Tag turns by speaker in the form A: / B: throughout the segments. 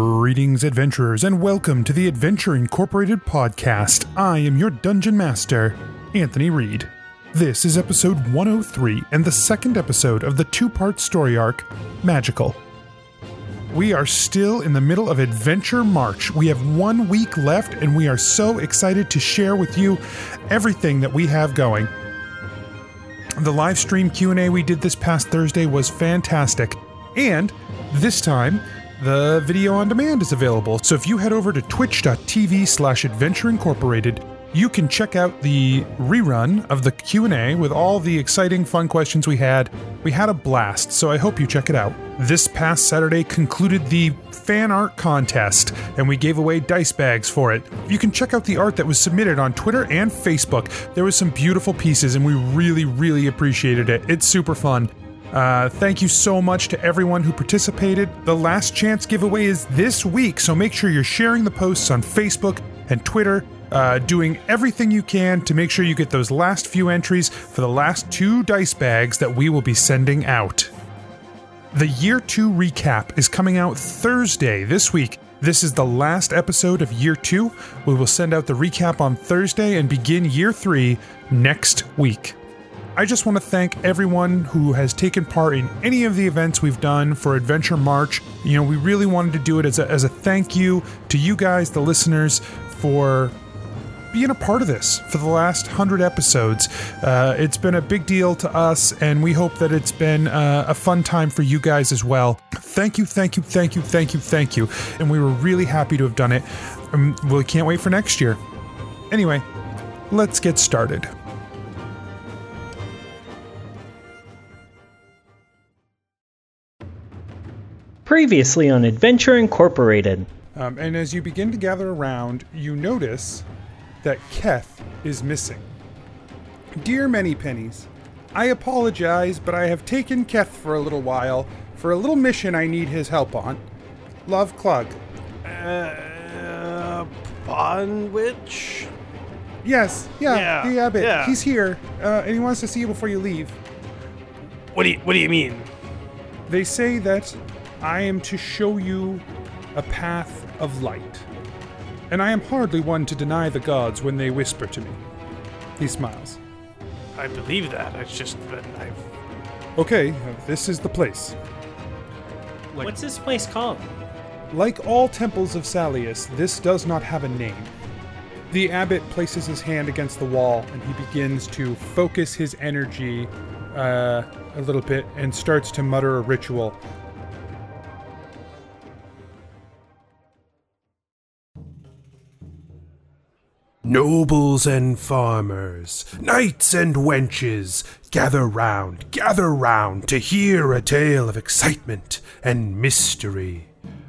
A: Greetings, adventurers, and welcome to the Adventure Incorporated podcast. I am your dungeon master, Anthony Reed. This is episode 103 and the second episode of the two part story arc, Magical. We are still in the middle of Adventure March. We have one week left, and we are so excited to share with you everything that we have going. The live stream Q&A we did this past Thursday was fantastic. And this time, the video on demand is available. So if you head over to twitch.tv slash adventure incorporated, you can check out the rerun of the Q&A with all the exciting fun questions we had. We had a blast, so I hope you check it out. This past Saturday concluded the fan art contest, and we gave away dice bags for it. You can check out the art that was submitted on Twitter and Facebook. There was some beautiful pieces, and we really, really appreciated it. It's super fun. Uh, thank you so much to everyone who participated. The last chance giveaway is this week, so make sure you're sharing the posts on Facebook and Twitter, uh, doing everything you can to make sure you get those last few entries for the last two dice bags that we will be sending out. The Year 2 recap is coming out Thursday this week. This is the last episode of Year 2. We will send out the recap on Thursday and begin Year 3 next week. I just want to thank everyone who has taken part in any of the events we've done for Adventure March. You know, we really wanted to do it as a, as a thank you to you guys, the listeners, for being a part of this for the last 100 episodes. Uh, it's been a big deal to us, and we hope that it's been uh, a fun time for you guys as well. Thank you, thank you, thank you, thank you, thank you. And we were really happy to have done it. Um, we can't wait for next year. Anyway, let's get started.
B: Previously on Adventure Incorporated.
A: Um, and as you begin to gather around, you notice that Keth is missing. Dear Many Pennies, I apologize, but I have taken Keth for a little while for a little mission I need his help on. Love Clug.
C: Uh, Pawn Witch?
A: Yes, yeah,
C: Yeah,
A: the abbot.
C: yeah.
A: He's here, uh, and he wants to see you before you leave.
C: What do you What do you mean?
A: They say that I am to show you a path of light. And I am hardly one to deny the gods when they whisper to me. He smiles.
C: I believe that. It's just that I've.
A: Okay, uh, this is the place.
C: Like-
B: What's this place called?
A: Like all temples of Salius, this does not have a name. The abbot places his hand against the wall and he begins to focus his energy uh, a little bit and starts to mutter a ritual.
D: Nobles and farmers, knights and wenches, gather round, gather round to hear a tale of excitement and mystery.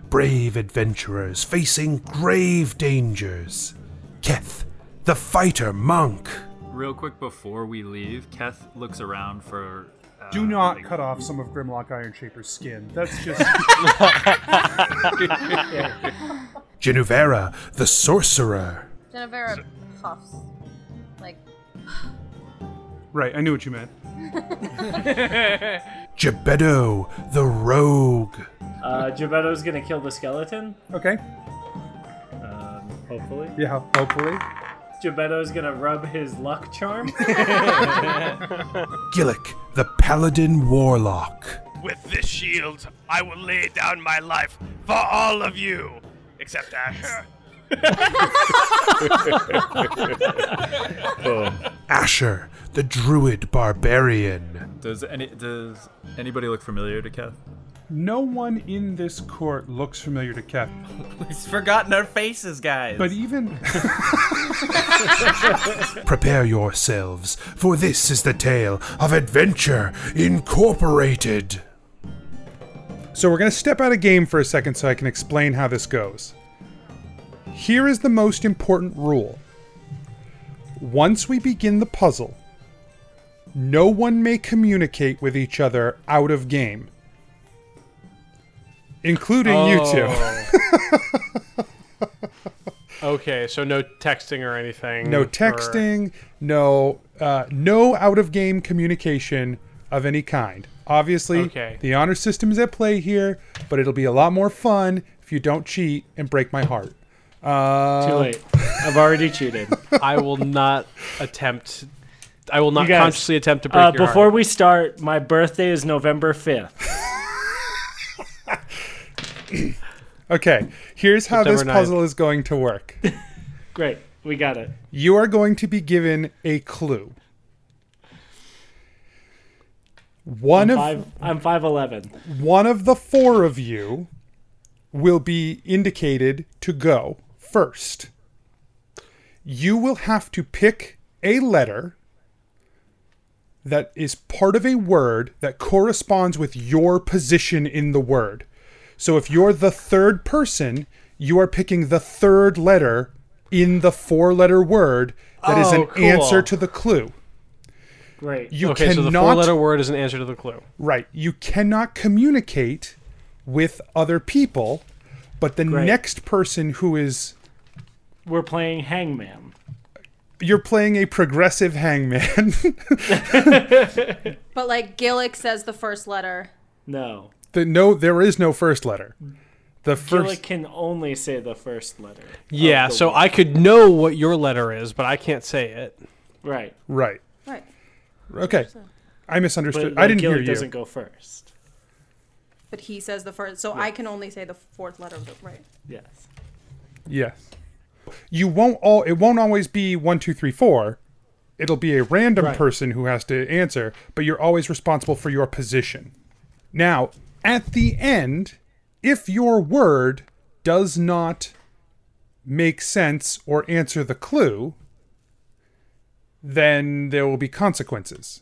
D: Brave adventurers facing grave dangers. Keth, the fighter monk.
E: Real quick before we leave, Keth looks around for. Uh,
A: Do not
E: like-
A: cut off some of Grimlock Ironshaper's skin. That's just.
D: Genuvera, the sorcerer.
F: Genevera puffs. Like,
A: right, I knew what you meant.
D: Gebedo, the rogue.
B: Uh, Gebetto's gonna kill the skeleton,
A: Okay,
B: um, hopefully.
A: yeah, hopefully.
B: Gebetto's gonna rub his luck charm.
D: Gillick, the paladin warlock.
C: With this shield, I will lay down my life for all of you, except Asher.
D: Asher, the druid barbarian.
E: Does any does anybody look familiar to Keth?
A: No one in this court looks familiar to Keth,
G: He's forgotten our faces, guys.
A: but even.
D: Prepare yourselves, for this is the tale of Adventure Incorporated.
A: So we're going to step out of game for a second so I can explain how this goes. Here is the most important rule. Once we begin the puzzle, no one may communicate with each other out of game, including you two.
C: okay, so no texting or anything.
A: No
C: or-
A: texting, no uh, no out of game communication of any kind. Obviously,
C: Okay.
A: the honor system is at play here, but it'll be a lot more fun if if you don't cheat and break my heart. Uh,
B: Too late. I've already cheated. Uh,
H: I will not attempt. I will not
B: You guys,
H: consciously attempt to break
B: Uh,
H: your
B: before
H: heart.
B: we start, my birthday is November 5th.
A: Okay, here's how this
H: September 9th.
A: puzzle is going to work.
B: Great. We got it.
A: You are going to be given a clue. One of
B: Five, I'm 5'11.
A: one of the four of you will be indicated to go first. You will have to pick a letter that is part of a word that corresponds with your position in the word. So if you're the third person, you are picking the third letter in the four letter word that is
H: Oh,
A: an
H: cool.
A: answer to the clue.
B: Great.
A: You
H: okay, so
A: cannot
H: the four-letter word is an answer to the clue.
A: Right. You cannot communicate with other people, but the
B: Great.
A: next person who is
B: We're playing Hangman.
A: you're playing a progressive hangman.
F: But like Gillick says the first letter.
B: No.
A: the, no, there is no first letter. The
B: Gillick
A: first
B: can only say the first letter.
H: Yeah,
B: the
H: so
B: word.
H: I could know what your letter is, but I can't say it.
B: Right.
A: right.
F: Right.
A: Okay. I
B: But
A: misunderstood.
B: like,
A: I didn't
B: Gillick
A: hear you.
B: doesn't go first.
F: But he says the first. So I can only say the fourth letter of the. Right.
B: Yes.
A: Yes. You won't all it won't always be one, two, three, four. It'll be a random
B: Right.
A: person who has to answer, but you're always responsible for your position. Now, at the end, if your word does not make sense or answer the clue, then there will be consequences.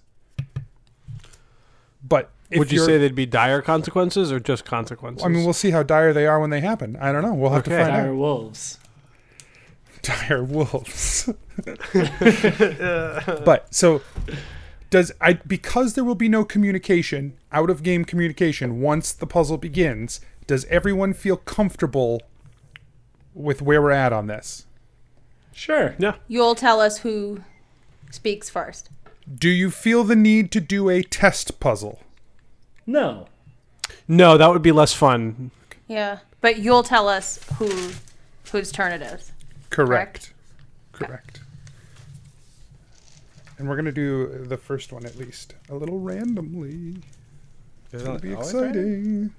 A: But if
H: Would you
A: you're-
H: say they'd be dire consequences or just consequences?
A: I mean, we'll see how dire they are when they happen. I don't know. We'll have to
H: Okay.
A: find
B: Dire
A: out.
B: wolves.
A: dire wolves. but so does I because there will be no communication, out of game communication once the puzzle begins, does everyone feel comfortable with where we're at on this?
B: Sure.
F: You'll tell us who speaks first.
A: Do you feel the need to do a test puzzle?
B: No.
H: no, that would be less fun.
F: Yeah. But you'll tell us who whose turn it is.
A: Correct. Correct. And we're going to do the first one at least a little randomly. It's going to be exciting.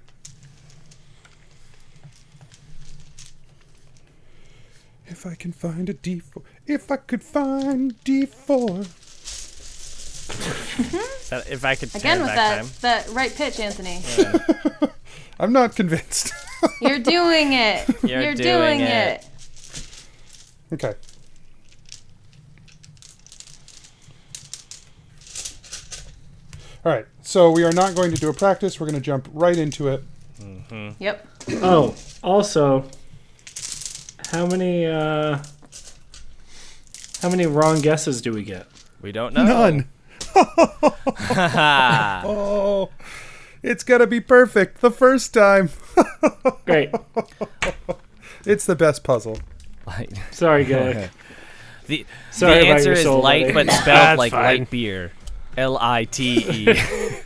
A: If I can find a D4. If I could find D4.
G: That- if I could
F: Again
G: turn
F: with
G: back
F: that
G: time.
F: that right pitch, Anthony.
A: I'm not convinced.
F: You're doing it.
G: You're
F: You're
G: doing
F: doing it.
G: it.
A: okay. All right. So we are not going to do a practice. We're going to jump right into it.
F: Yep.
B: Oh, also, how many uh, how many wrong guesses do we get?
G: We don't know.
A: None. oh, it's gonna be perfect the first time.
B: Great.
A: It's the best puzzle.
G: Light.
B: Sorry, Gillick.
G: The, the
B: Sorry about
G: answer
B: your
G: is
B: soul,
G: light,
B: buddy.
G: but spelled like light beer. L I T E.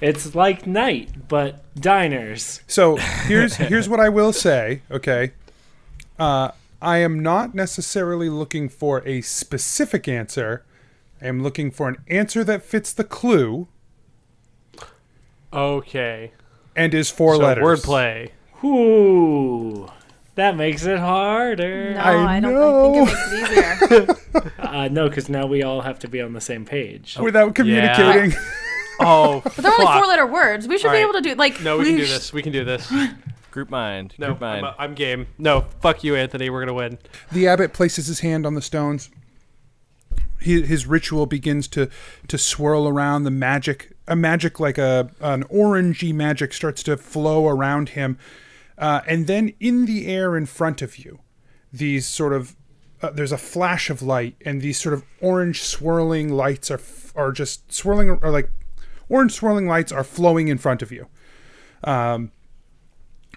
B: It's like night, but diners.
A: So here's here's what I will say. Okay, uh, I am not necessarily looking for a specific answer. I am looking for an answer that fits the clue
H: Okay.
A: and is four
H: So
A: letters.
H: wordplay.
B: Ooh, that makes it harder.
F: No,
A: I
F: I, don't I think it makes it easier.
B: Uh, no, because now we all have to be on the same page.
A: without communicating.
H: Oh,
F: But they're only
H: fuck.
F: four letter words. We should be
H: Alright.
F: able to do like
H: No, we can do
F: whoosh.
H: this. We can do this.
G: Group mind.
H: No,
G: Group mind.
H: I'm, I'm game. No, fuck you, Anthony. We're gonna win.
A: The abbot places his hand on the stones. He, his ritual begins to to swirl around the magic. A magic like a an orangey magic starts to flow around him, uh, and then in the air in front of you, these sort of uh, there's a flash of light, and these sort of orange swirling lights are f- are just swirling or like orange swirling lights are flowing in front of you.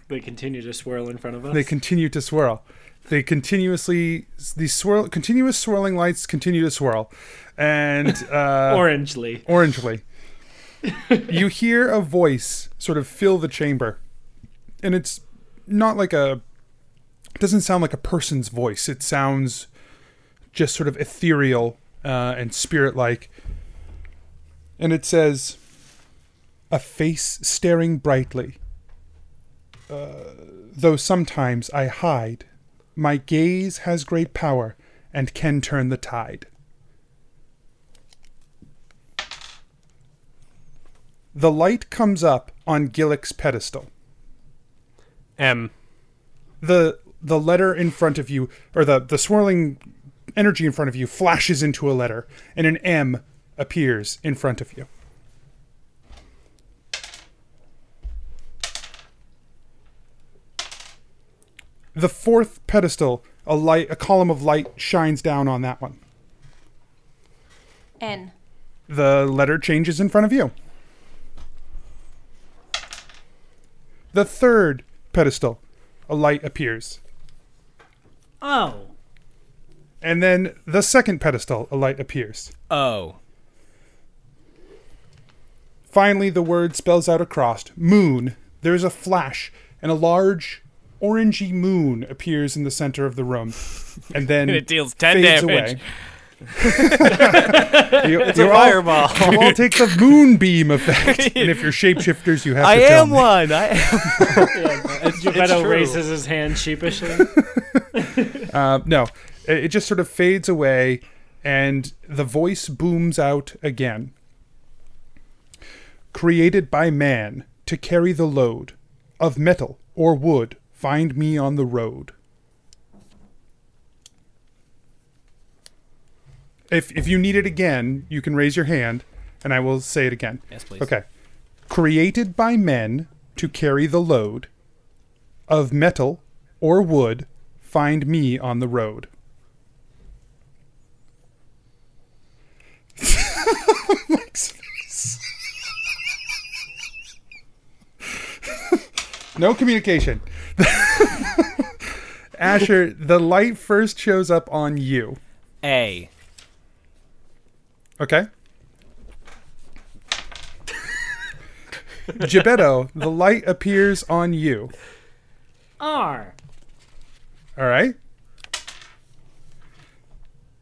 B: They continue to swirl in front of us.
A: they continue to swirl. They continuously these swirl continuous swirling lights continue to swirl, and uh,
B: Orangely.
A: orangely. you hear a voice sort of fill the chamber. And it's not like a it doesn't sound like a person's voice. It sounds just sort of ethereal uh, and spirit like. And it says, A face staring brightly. Uh, though sometimes I hide, my gaze has great power and can turn the tide. The light comes up on Gillick's pedestal
H: M.
A: the the letter in front of you or the the swirling energy in front of you flashes into a letter and an M appears in front of you. The fourth pedestal, a light a column of light shines down on that one.
F: N.
A: The letter changes in front of you. The third pedestal, a light appears.
B: Oh.
A: And then the second pedestal, a light appears.
G: Oh.
A: Finally, the word spells out across moon. There is a flash, and a large orangey moon appears in the center of the room. And then
G: It deals 10
A: fades
G: damage.
A: away. you, it's a
G: fireball.
A: All, you all take the moonbeam effect. and if you're shapeshifters, you have
G: I
A: to tell
G: am
A: me.
G: one. I
B: Geppetto
G: true.
B: raises his hand sheepishly.
A: Uh, no, it, it just sort of fades away, and the voice booms out again. Created by man to carry the load of metal or wood, find me on the road. If if you need it again, you can raise your hand, and I will say it again.
G: yes, please.
A: Okay. Created by men to carry the load of metal or wood, find me on the road. Mike's face. no communication. Asher, the light first shows up on you.
G: A.
A: Okay. Geppetto, the light appears on you.
B: R.
A: All right.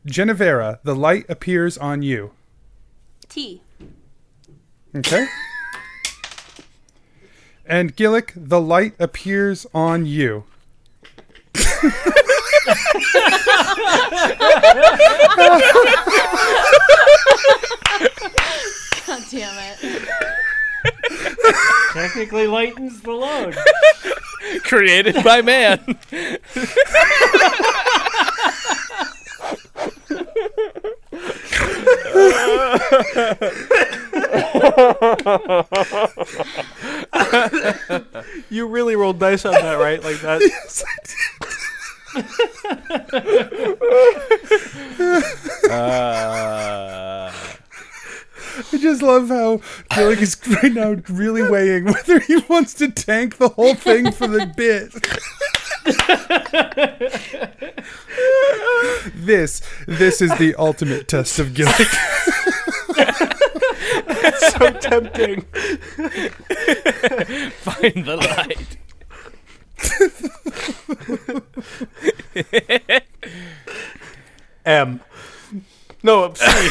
A: Genevera, the light appears on you.
F: T.
A: Okay. And Gillick, the light appears on you.
F: God damn it.
B: Technically lightens the load.
G: Created by man.
H: You really rolled dice on that, right? Like that.
G: Uh,
A: I just love how Gillick is right now really weighing whether he wants to tank the whole thing for the bit. this this is the ultimate test of Gillick.
H: so tempting.
G: find the light.
H: M. No, I'm sorry.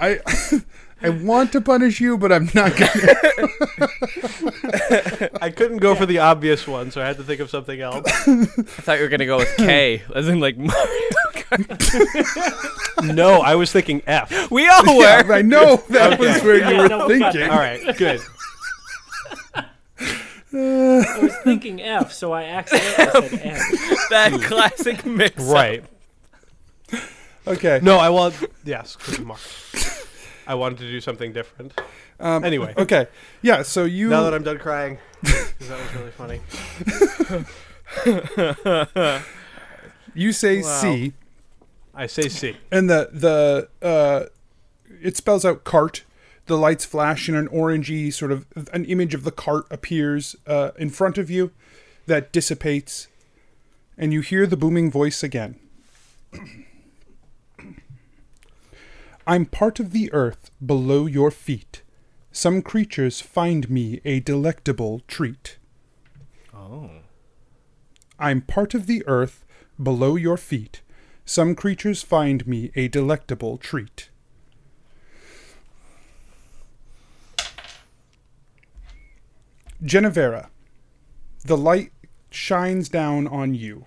A: I I want to punish you, but I'm not gonna.
H: I couldn't go for the obvious one, so I had to think of something else.
G: I thought you were gonna go with K, as in like Mario Kart.
H: No, I was thinking F.
G: We all were.
A: Yeah, I know that was where you
B: Yeah,
A: were
B: no, cut
A: thinking.
H: All right, good.
B: I was thinking F, so I accidentally said F.
G: That classic mix.
H: Right.
A: Okay.
H: No, I want. Yes, good mark. I wanted to do something different.
A: Um,
H: Anyway,
A: Okay. Yeah. So you.
H: now that I'm done crying, 'cause that was really funny.
A: You say
H: Wow.
A: C,
H: I say C.
A: and the the uh, it spells out cart. The lights flash, and an orangey sort of an image of the cart appears uh, in front of you, that dissipates, and you hear the booming voice again. I'm part of the earth below your feet. Some creatures find me a delectable treat.
G: Oh.
A: I'm part of the earth below your feet. Some creatures find me a delectable treat. Genevera, the light shines down on you.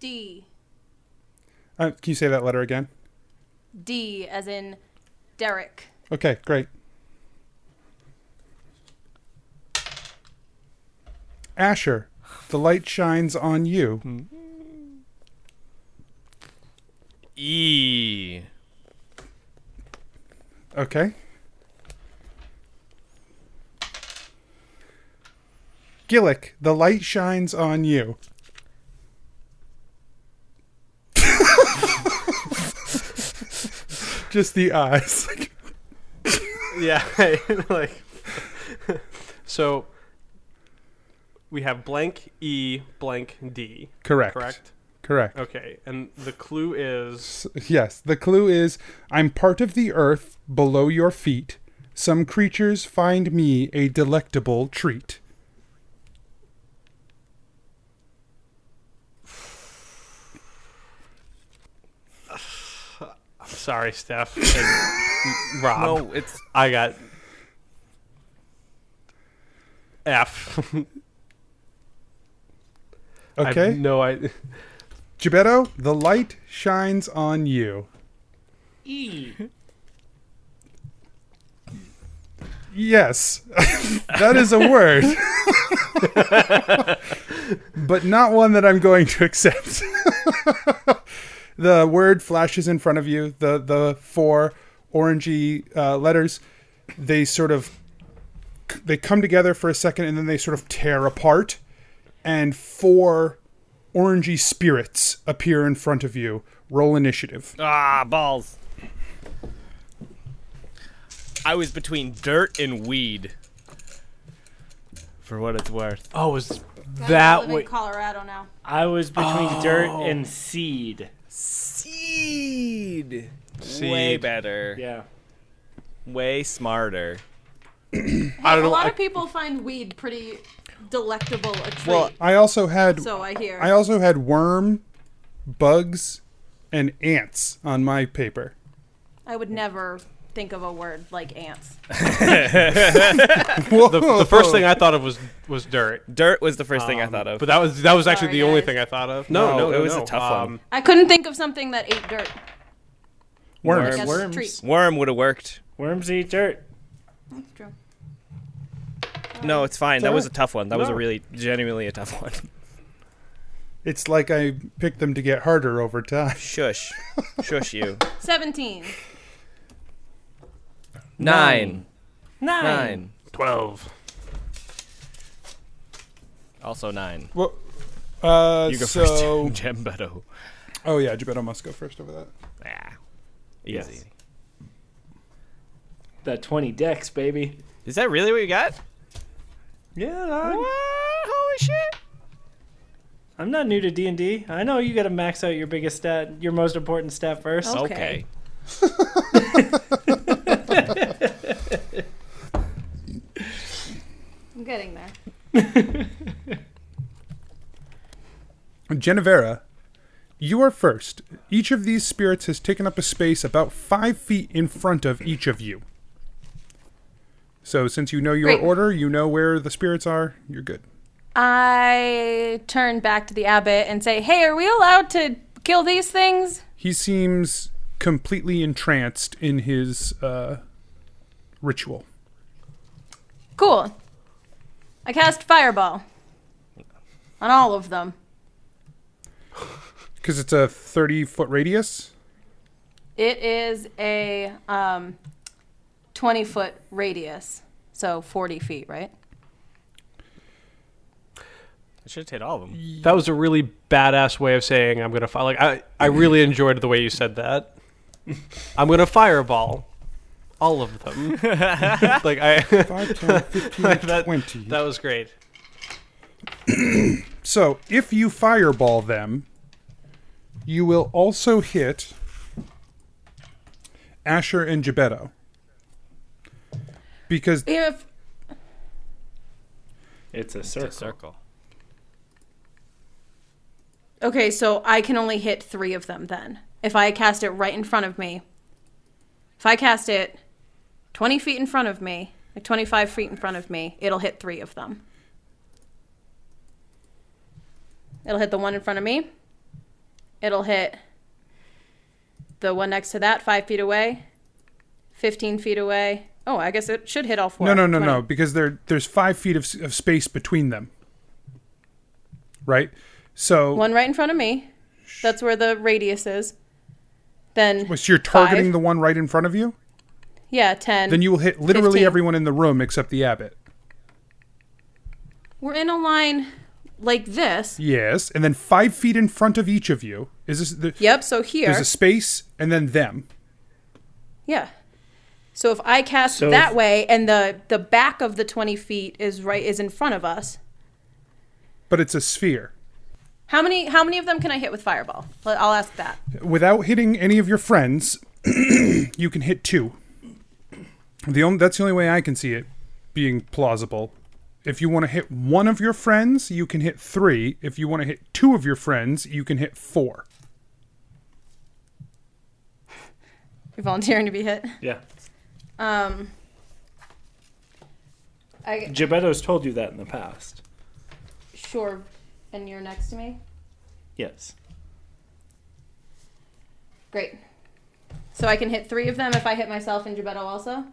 F: D.
A: Uh, can you say that letter again?
F: D as in Derek.
A: Okay, great. Asher, the light shines on you.
G: E.
A: Okay. Gillick, the light shines on you. Just the eyes.
H: Yeah, like so. We have blank E, blank D.
A: Correct.
H: Correct.
A: Correct.
H: Okay, and the clue is
A: Yes, the clue is I'm part of the earth below your feet. Some creatures find me a delectable treat.
H: sorry, Steph and Rob.
G: No, Oh, it's
H: I got F. I
A: Okay?
H: have no idea.
A: Gebetto, the light shines on you. E. Yes, that is a word. but not one that I'm going to accept. the word flashes in front of you, the, the four orangey uh, letters. They sort of they come together for a second and then they sort of tear apart and four orangey spirits appear in front of you. Roll initiative.
G: ah balls. I was between dirt and weed. For what it's worth.
H: Oh, is
F: I
H: that
F: live in
H: what?
F: Colorado now.
B: I was between dirt and seed.
G: Seed. Way
H: Seed.
G: better.
B: Yeah.
G: Way smarter.
H: I don't
F: A
H: know.
F: lot
H: I,
F: of people find weed pretty delectable a treat.
G: Well,
A: I also had
F: so I hear.
A: I also had worm, bugs, and ants on my paper.
F: I would never think of a word like ants.
A: Whoa.
H: the first
F: Oh.
H: thing I thought of was was dirt,
G: Dirt was the first thing I
I: Oh,
G: thought of.
H: Um, but that was that was actually
F: Sorry,
H: the only
F: guys.
H: thing I thought of. No,
G: No,
H: no,
G: it was a
H: no.
G: tough one.
H: Um,
F: I couldn't think of something that ate dirt.
G: worms.
F: That's
G: Worms,
B: Worms.
F: treat.
G: would have worked.
B: eat dirt.
F: That's true.
G: No, it's fine. That was a tough one. That was a
H: No.
G: really genuinely a tough one.
A: It's like I picked them to get harder over time.
G: Shush. Shush you.
F: 17.
G: Nine.
B: Nine.
G: Nine.
H: Twelve.
G: Also nine.
A: Well, uh,
G: You go
A: so
G: first. Gembetto.
A: oh yeah, Gebetto must go first over that.
G: Ah. Easy.
B: Yes. That 20 decks, baby.
G: Is that really what you got?
B: Yeah, dog.
G: What? Holy shit.
B: I'm not new to D&D. I know you got to max out your biggest stat, your most important stat first.
F: Oh. Okay.
G: Okay.
F: I'm getting there.
A: Genevera, you are first. Each of these spirits has taken up a space about five feet in front of each of you. So, since you know your
F: Great.
A: order, you know where the spirits are, you're good.
F: I turn back to the abbot and say, "Hey, are we allowed to kill these things?"
A: He seems completely entranced in his uh, ritual.
F: Cool. I cast fireball on all of them.
A: Because it's a 30 foot radius.
F: It is a um, 20 foot radius, so 40 feet, right?
G: I should have hit all of them.
H: That was a really badass way of saying I'm gonna fire. Like I, I really enjoyed the way you said that. I'm gonna fireball all of them. like I,
A: 5, 10, 15,
H: That-
A: 20.
H: that was great.
A: So if you fireball them, you will also hit Asher and Gebetto. Because
F: If
B: It's a circle.
E: It's a circle.
F: okay, so I can only hit three of them then. If I cast it right in front of me, if I cast it twenty feet in front of me, like twenty-five feet in front of me, it'll hit three of them. It'll hit the one in front of me. It'll hit the one next to that, five feet away, fifteen feet away. Oh, I guess it should hit all four.
A: no, no, no, no,
F: 20.
A: because there there's five feet of, s- of space between them. Right. So,
F: One right in front of me. That's where the radius is. Then
A: so you're targeting
F: Five.
A: the one right in front of you.
F: yeah, ten.
A: Then you will hit literally
F: 15.
A: everyone in the room except the abbot.
F: We're in a line like this.
A: Yes, and then five feet in front of each of you is this. The,
F: Yep. So here.
A: There's a space, and then them.
F: yeah. So if I cast
B: So
F: that
B: if-
F: way, and the the back of the twenty feet is right is in front of us.
A: But it's a sphere.
F: How many how many of them can I hit with fireball? Let- I'll ask that.
A: without hitting any of your friends, you can hit two. The only that's the only way I can see it being plausible. If you want to hit one of your friends, you can hit three. If you want to hit two of your friends, you can hit four.
F: You're volunteering to be hit.
B: Yeah.
F: Um. I
B: Gebetto's told you that in the past.
F: sure. And you're next to me.
B: Yes.
F: Great. So I can hit three of them if I hit myself and Gebetto also.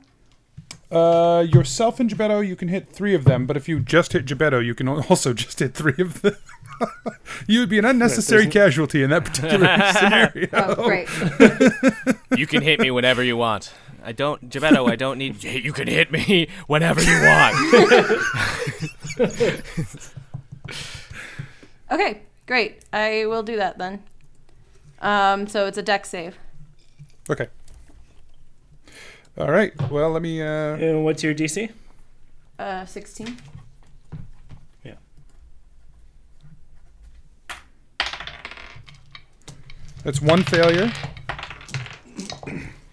A: Uh, yourself and Gebetto, you can hit three of them. But if you just hit Gebetto, you can al- also just hit three of them. you would be an unnecessary casualty in that particular scenario.
F: Oh, great.
G: You can hit me whenever you want. I don't, Gebetto, I don't need. You can hit me whenever you want.
F: Okay, great. I will do that then. Um, so it's a deck save.
A: Okay. All right. Well, let me. Uh,
B: And what's your DC?
F: Uh, 16.
B: Yeah.
A: That's one failure.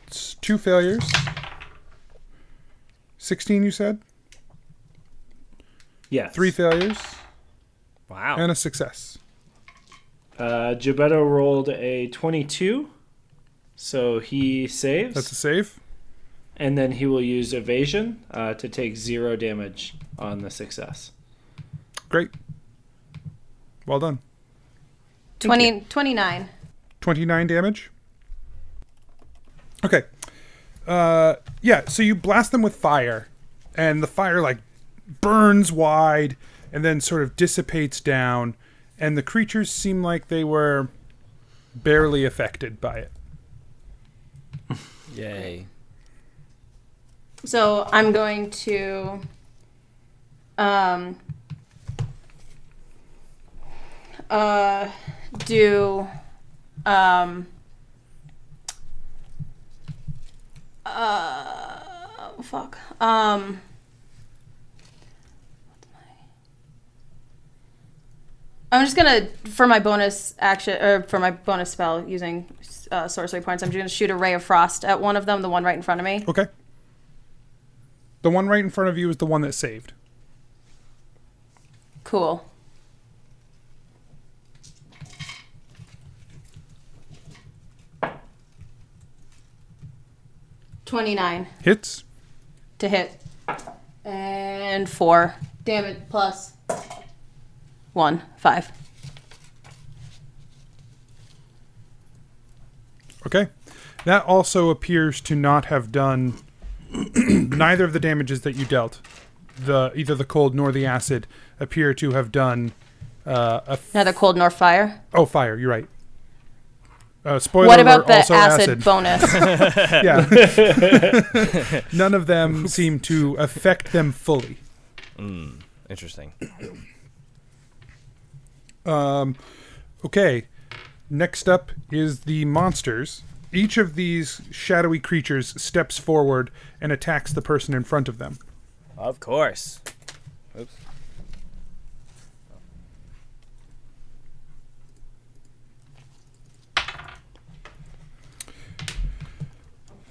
A: It's two failures. 16, you said?
B: Yes.
A: Three failures.
G: Wow.
A: And a success.
B: Uh, Gebetto rolled a 22, so he saves,
A: That's a save.
B: and then he will use evasion uh, to take zero damage on the success.
A: Great. Well done.
F: 20, 29.
A: 29 damage. Okay. Uh, yeah, so you blast them with fire, and the fire, like, burns wide and then sort of dissipates down, and the creatures seem like they were barely affected by it.
G: Yay.
F: So I'm going to. Um, uh, do. Um, uh, oh, fuck. Um. I'm just gonna, for my bonus action, or for my bonus spell using uh, sorcery points, I'm just gonna shoot a ray of frost at one of them, the one right in front of me.
A: Okay. The one right in front of you is the one that saved.
F: Cool. Twenty-nine
A: Hits.
F: to hit, and four damage plus one five.
A: Okay. That also appears to not have done neither of the damages that you dealt. The either the cold nor the acid appear to have done uh, a f-
F: Neither cold nor fire.
A: oh fire. You're right. Uh, spoiler
F: what
A: alert,
F: about the
A: also
F: acid,
A: acid?
F: bonus?
A: yeah. None of them seem to affect them fully.
G: Interesting.
A: Okay. Next up is the monsters. each of these shadowy creatures steps forward and attacks the person in front of them.
G: Of course. Oops.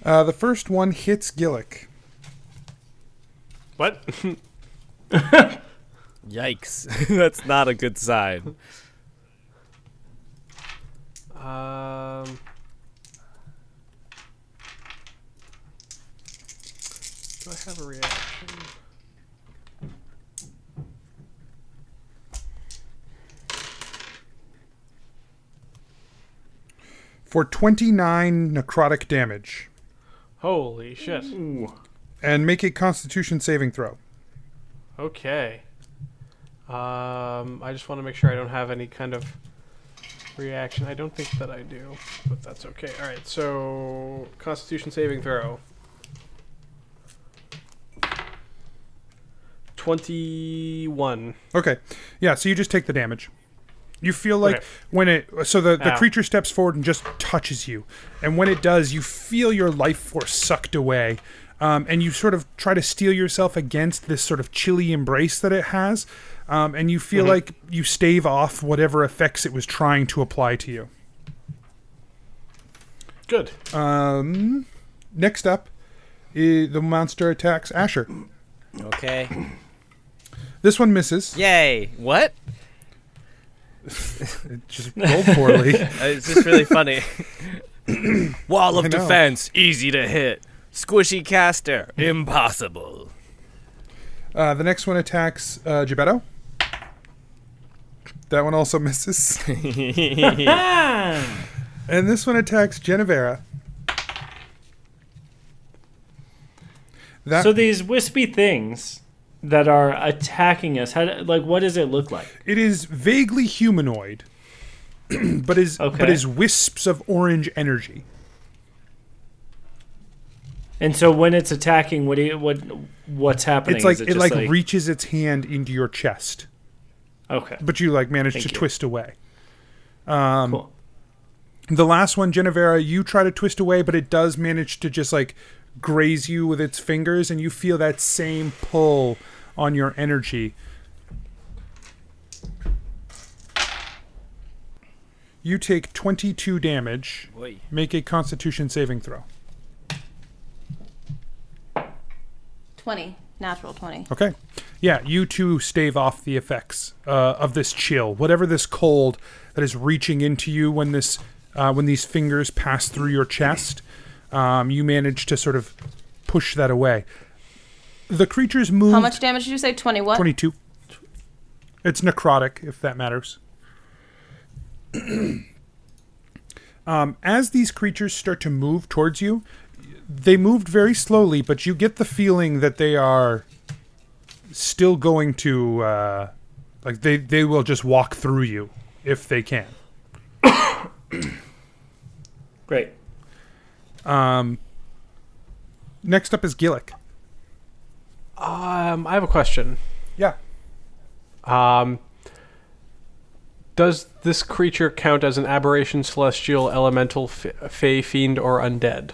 A: Uh, the first one hits Gillick.
H: What?
G: Yikes. That's not a good sign.
H: um. Do I have a reaction?
A: for 29 necrotic damage
H: Holy shit.
A: and make a constitution saving throw.
H: Okay. Um, I just want to make sure I don't have any kind of reaction. I don't think that I do, but that's okay. All right. So, Constitution saving throw. Twenty-one.
A: Okay. Yeah, so you just take the damage. You feel like
H: Okay.
A: when it so the, the
H: Ow.
A: creature steps forward and just touches you. And when it does, you feel your life force sucked away. Um, and you sort of try to steel yourself against this sort of chilly embrace that it has. Um, and you feel
H: Mm-hmm.
A: like you stave off whatever effects it was trying to apply to you.
H: Good.
A: Um, Next up, i- the monster attacks Asher.
G: Okay.
A: This one misses.
G: Yay. What?
A: It just rolled poorly.
G: Uh, It's just really funny. Wall
A: I
G: of
A: know.
G: defense, easy to hit. Squishy caster, impossible.
A: Uh, the next one attacks uh, Gebetto. That one also misses. and this one attacks Genevera. That
B: So these wispy things that are attacking us, how, do- like what does it look like?
A: it is vaguely humanoid, but is but
B: Okay.
A: is wisps of orange energy.
B: And so when it's attacking, what do you, what what's happening?
A: It's like
B: Is
A: it,
B: just
A: like, reaches its hand into your chest,
B: okay,
A: but you like manage to
B: you.
A: twist away. Um,
B: cool.
A: The last one, Genevera, you try to twist away, but it does manage to just like graze you with its fingers, and you feel that same pull on your energy. You take 22 damage.
G: Boy.
A: Make a constitution saving throw.
F: 20. Natural 20.
A: Okay. Yeah, you too stave off the effects uh, of this chill, whatever this cold that is reaching into you when this uh, when these fingers pass through your chest. Um, you manage to sort of push that away. The creature's move.
F: How much damage did you say? 20 what?
A: Twenty-two. It's necrotic, if that matters. um, as these creatures start to move towards you, they moved very slowly, but you get the feeling that they are still going to, uh, like they they will just walk through you if they can.
B: Great.
A: Um, Next up is Gillick.
H: Um, I have a question.
A: Yeah.
H: Um, does this creature count as an aberration, celestial, elemental, f- fey, fiend, or undead?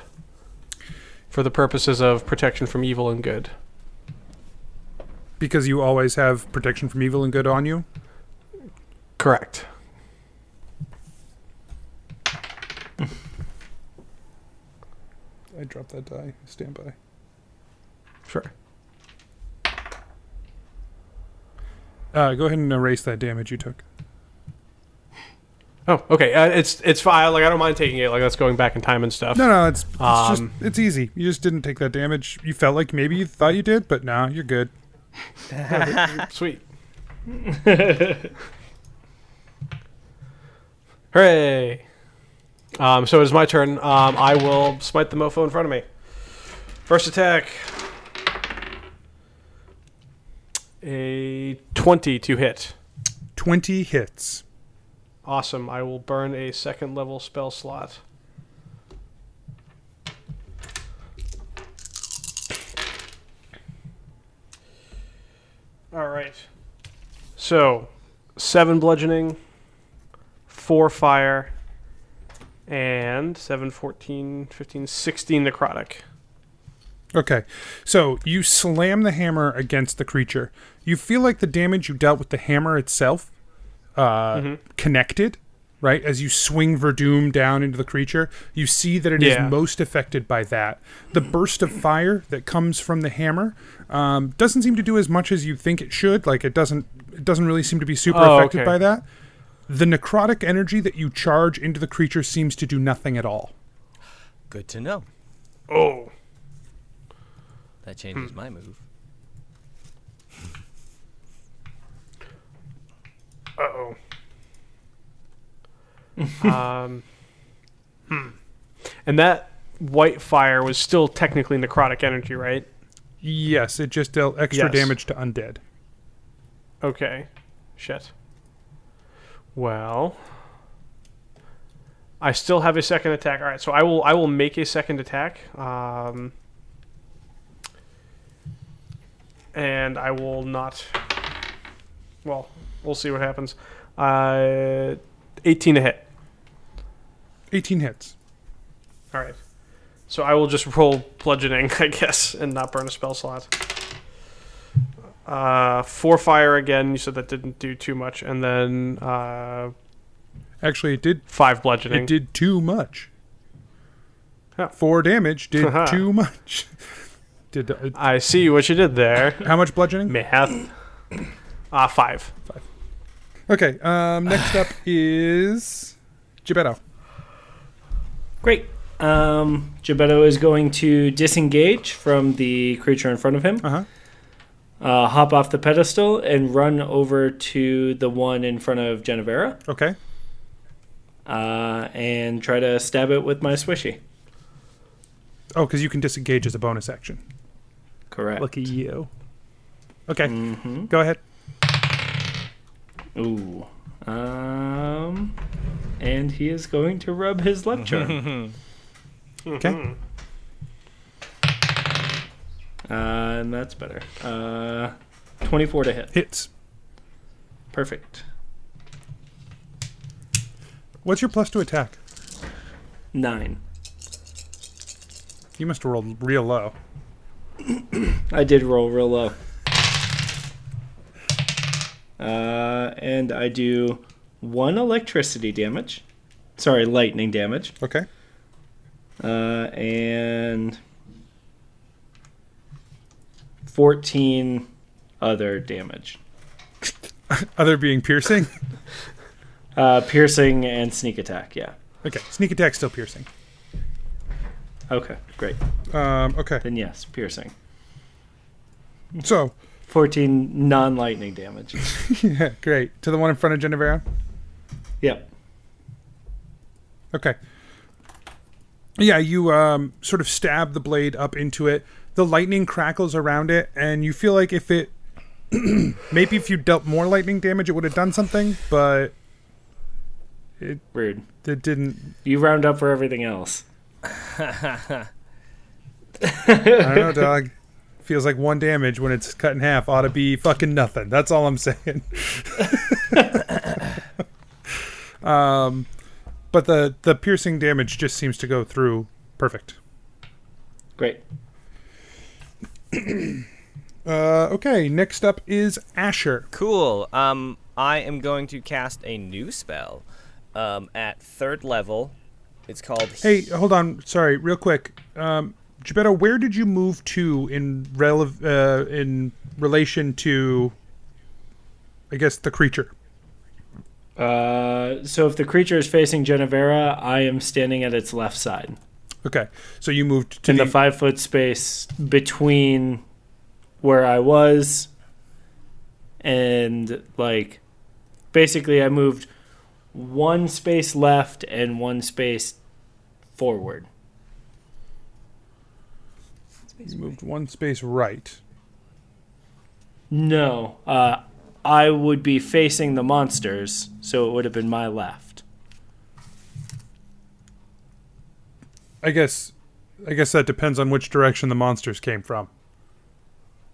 H: For the purposes of protection from evil and good.
A: Because you always have protection from evil and good on you.
H: Correct.
A: I dropped that die. Stand by.
H: Sure.
A: Uh, go ahead and erase that damage you took.
H: Oh, okay. Uh, it's it's fine. Like I don't mind taking it. Like that's going back in time and stuff.
A: No, no, it's, it's
H: Um,
A: just it's easy. You just didn't take that damage. You felt like maybe you thought you did, but nah, you're good.
H: Sweet. Hooray! Um, so it is my turn. Um, I will smite the mofo in front of me. First attack. A 20 to hit.
A: Twenty hits.
H: Awesome. I will burn a second level spell slot. All right. So, seven bludgeoning, four fire, and 7, 14, 15, 16 necrotic.
A: Okay, so you slam the hammer against the creature. You feel like the damage you dealt with the hammer itself uh,
H: Mm-hmm.
A: connected, right? As you swing Verdum down into the creature, you see that it is
H: Yeah.
A: most affected by that. The burst of fire that comes from the hammer um, doesn't seem to do as much as you think it should. Like it doesn't, it doesn't really seem to be super
H: Oh,
A: affected
H: okay.
A: by that. The necrotic energy that you charge into the creature seems to do nothing at all.
G: Good to know.
H: Oh.
G: That changes my move.
H: Uh oh. um, hmm. And that white fire was still technically necrotic energy, right?
A: Yes, it just dealt extra
H: Yes.
A: damage to undead.
H: Okay. Shit. Well, I still have a second attack. All right, so I will I will make a second attack. Um, and I will not. Well, we'll see what happens. Uh, 18 to hit.
A: 18 hits.
H: All right. So I will just roll bludgeoning, I guess, and not burn a spell slot. Uh, four fire again. You said that didn't do too much, and then uh,
A: Actually, it did
H: five bludgeoning.
A: it did too much.
H: Huh.
A: Four damage did
H: Haha.
A: too much. did uh,
H: I see what you did there.
A: how much bludgeoning?
H: Math. Ah, five.
A: Okay. Um. Next up is Gibetto.
B: Great. Um, Gebetto is going to disengage from the creature in front of him,
A: Uh-huh.
B: uh, hop off the pedestal, and run over to the one in front of Genevera
A: Okay.
B: uh, and try to stab it with my swishy.
A: Oh, because you can disengage as a bonus action.
B: Correct.
A: Lucky you. Okay. Go ahead.
B: Ooh. Um, and he is going to rub his luck charm.
A: Okay.
B: uh, and that's better. Uh, 24 to hit.
A: Hits.
B: Perfect.
A: What's your plus to attack?
B: Nine.
A: You must have rolled real low.
B: I did roll real low. Uh, and I do one electricity damage. Sorry, lightning damage.
A: Okay.
B: Uh, and 14 other damage.
A: Other being piercing.
B: Uh, piercing and sneak attack, yeah.
A: okay. Sneak attack still piercing.
B: Okay, great.
A: Um. Okay.
B: Then yes, piercing.
A: So
B: 14 non lightning damage.
A: yeah, great. To the one in front of Genevera.
B: yep.
A: Okay. Yeah, you um, sort of stab the blade up into it. The lightning crackles around it, and you feel like if it. maybe if you dealt more lightning damage, it would have done something, but
B: Rude.
A: it didn't.
B: You round up for everything else.
A: I don't know, dog. Feels like one damage when it's cut in half ought to be fucking nothing. That's all I'm saying. um, but the the piercing damage just seems to go through perfect.
B: Great.
A: Uh, okay, next up is Asher.
G: Cool. Um, I am going to cast a new spell um, at third level. It's called
A: Hey, hold on. Sorry, real quick. Um, Gebetto, where did you move to in relev- uh, in relation to, I guess, the creature?
B: Uh, so if the creature is facing Genevera, I am standing at its left side
A: Okay, so you moved to
B: in
A: the,
B: the five foot space between where I was and like basically I moved one space left and one space forward.
A: you moved one space right.
B: No, uh, I would be facing the monsters, so it would have been my left.
A: I guess, I guess that depends on which direction the monsters came from.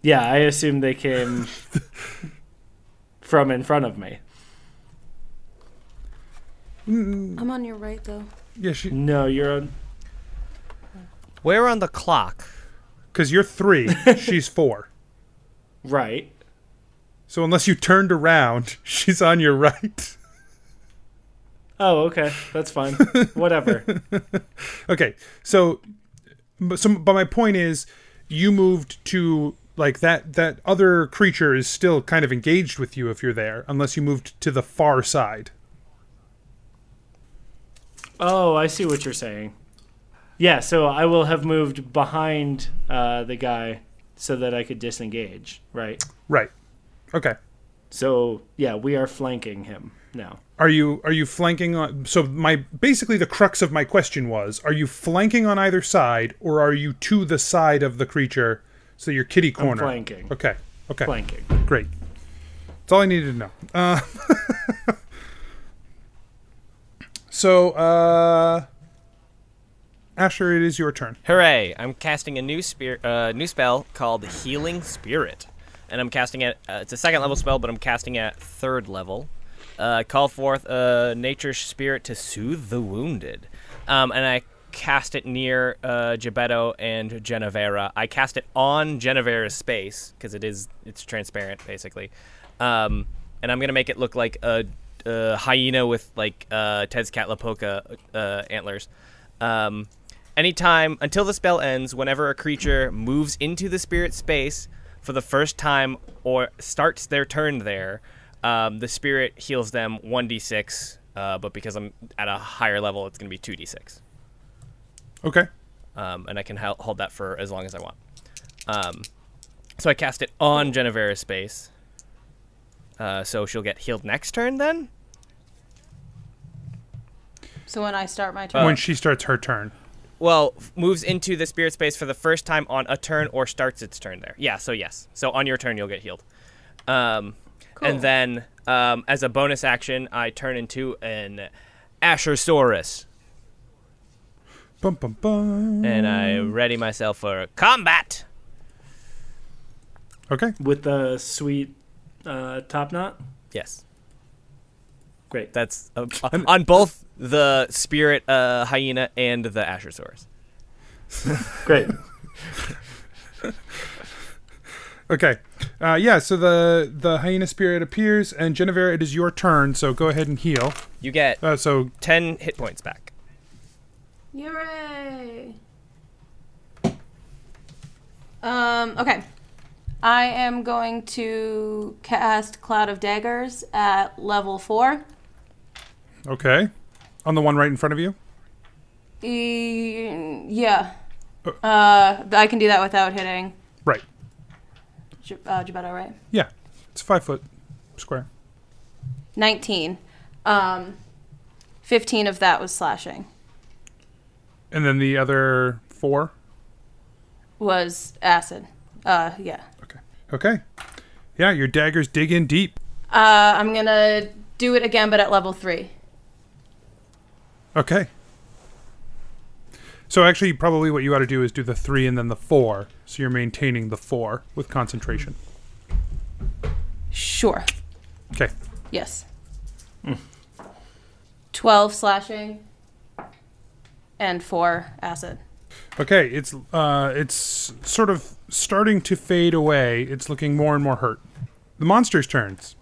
B: Yeah, I assume they came from in front of me.
F: I'm on your right, though.
A: Yeah, she
B: No, you're on.
I: Where on the clock?
A: because you're three, she's four.
B: Right.
A: So unless you turned around, she's on your right.
B: Oh, okay. That's fine. Whatever.
A: Okay, so, but some, but my point is, you moved to like that. That other creature is still kind of engaged with you if you're there, unless you moved to the far side.
B: Oh, I see what you're saying. Yeah, so I will have moved behind uh, the guy so that I could disengage, right?
A: Right. Okay.
B: So, yeah, we are flanking him now.
A: Are you are you flanking on? So my basically the crux of my question was: Are you flanking on either side, or are you to the side of the creature? So you're kitty corner.
B: flanking.
A: Oh, Okay. Okay.
B: Flanking.
A: Great. That's all I needed to know. Uh, so, uh, Asher, it is your turn.
I: Hooray! I'm casting a new spear, uh, new spell called Healing Spirit, and I'm casting it. Uh, it's a second level spell, but I'm casting it at third level. Uh, call forth a nature spirit to soothe the wounded, um, and I cast it near uh, Gebetto and Genevera. I cast it on Genevera's space because it is it's transparent basically, um, and I'm gonna make it look like a, a hyena with like uh, Tezcatlipoca uh, antlers. Um, Anytime until the spell ends, whenever a creature moves into the spirit space for the first time or starts their turn there, um, the spirit heals them 1d6. Uh, but because I'm at a higher level, it's going to be 2d6.
A: Okay.
I: Um, and I can hel- hold that for as long as I want. Um, so I cast it on Genevera's space. Uh, so she'll get healed next turn then?
F: So when I start my turn,
A: when she starts her turn.
I: Well, f- moves into the spirit space for the first time on a turn or starts its turn there. Yeah, so yes. So on your turn, you'll get healed. Um,
F: Cool.
I: And then, um, as a bonus action, I turn into an Asherosaurus.
A: Bum, bum, bum.
I: And I ready myself for combat.
A: Okay.
B: With the sweet uh, top knot?
I: Yes.
B: Great.
I: That's uh, on both the spirit uh, hyena and the Asherosaurus.
B: Great.
A: Okay. Uh, yeah, so the, the hyena spirit appears, and Genevieve, it is your turn, so go ahead and heal.
I: You get
A: Uh, so,
I: 10 hit points back.
F: Hooray! Um, okay. I am going to cast Cloud of Daggers at level four.
A: okay. On the one right in front of you?
F: E- yeah. Uh, I can do that without hitting
A: Right.
F: J- uh, Gebetto, right?
A: Yeah. It's five foot square.
F: 19. Um, 15 of that was slashing,
A: And then the other four?
F: was acid. Uh, yeah.
A: Okay. Okay. Yeah, your daggers dig in deep.
F: Uh, I'm gonna do it again, but at level three.
A: Okay. So actually, probably what you ought to do is do the three and then the four. So you're maintaining the four with concentration.
F: Sure.
A: Okay.
F: Yes. 12 slashing and 4 acid.
A: Okay. It's uh, it's sort of starting to fade away. It's looking more and more hurt. The monster's turns.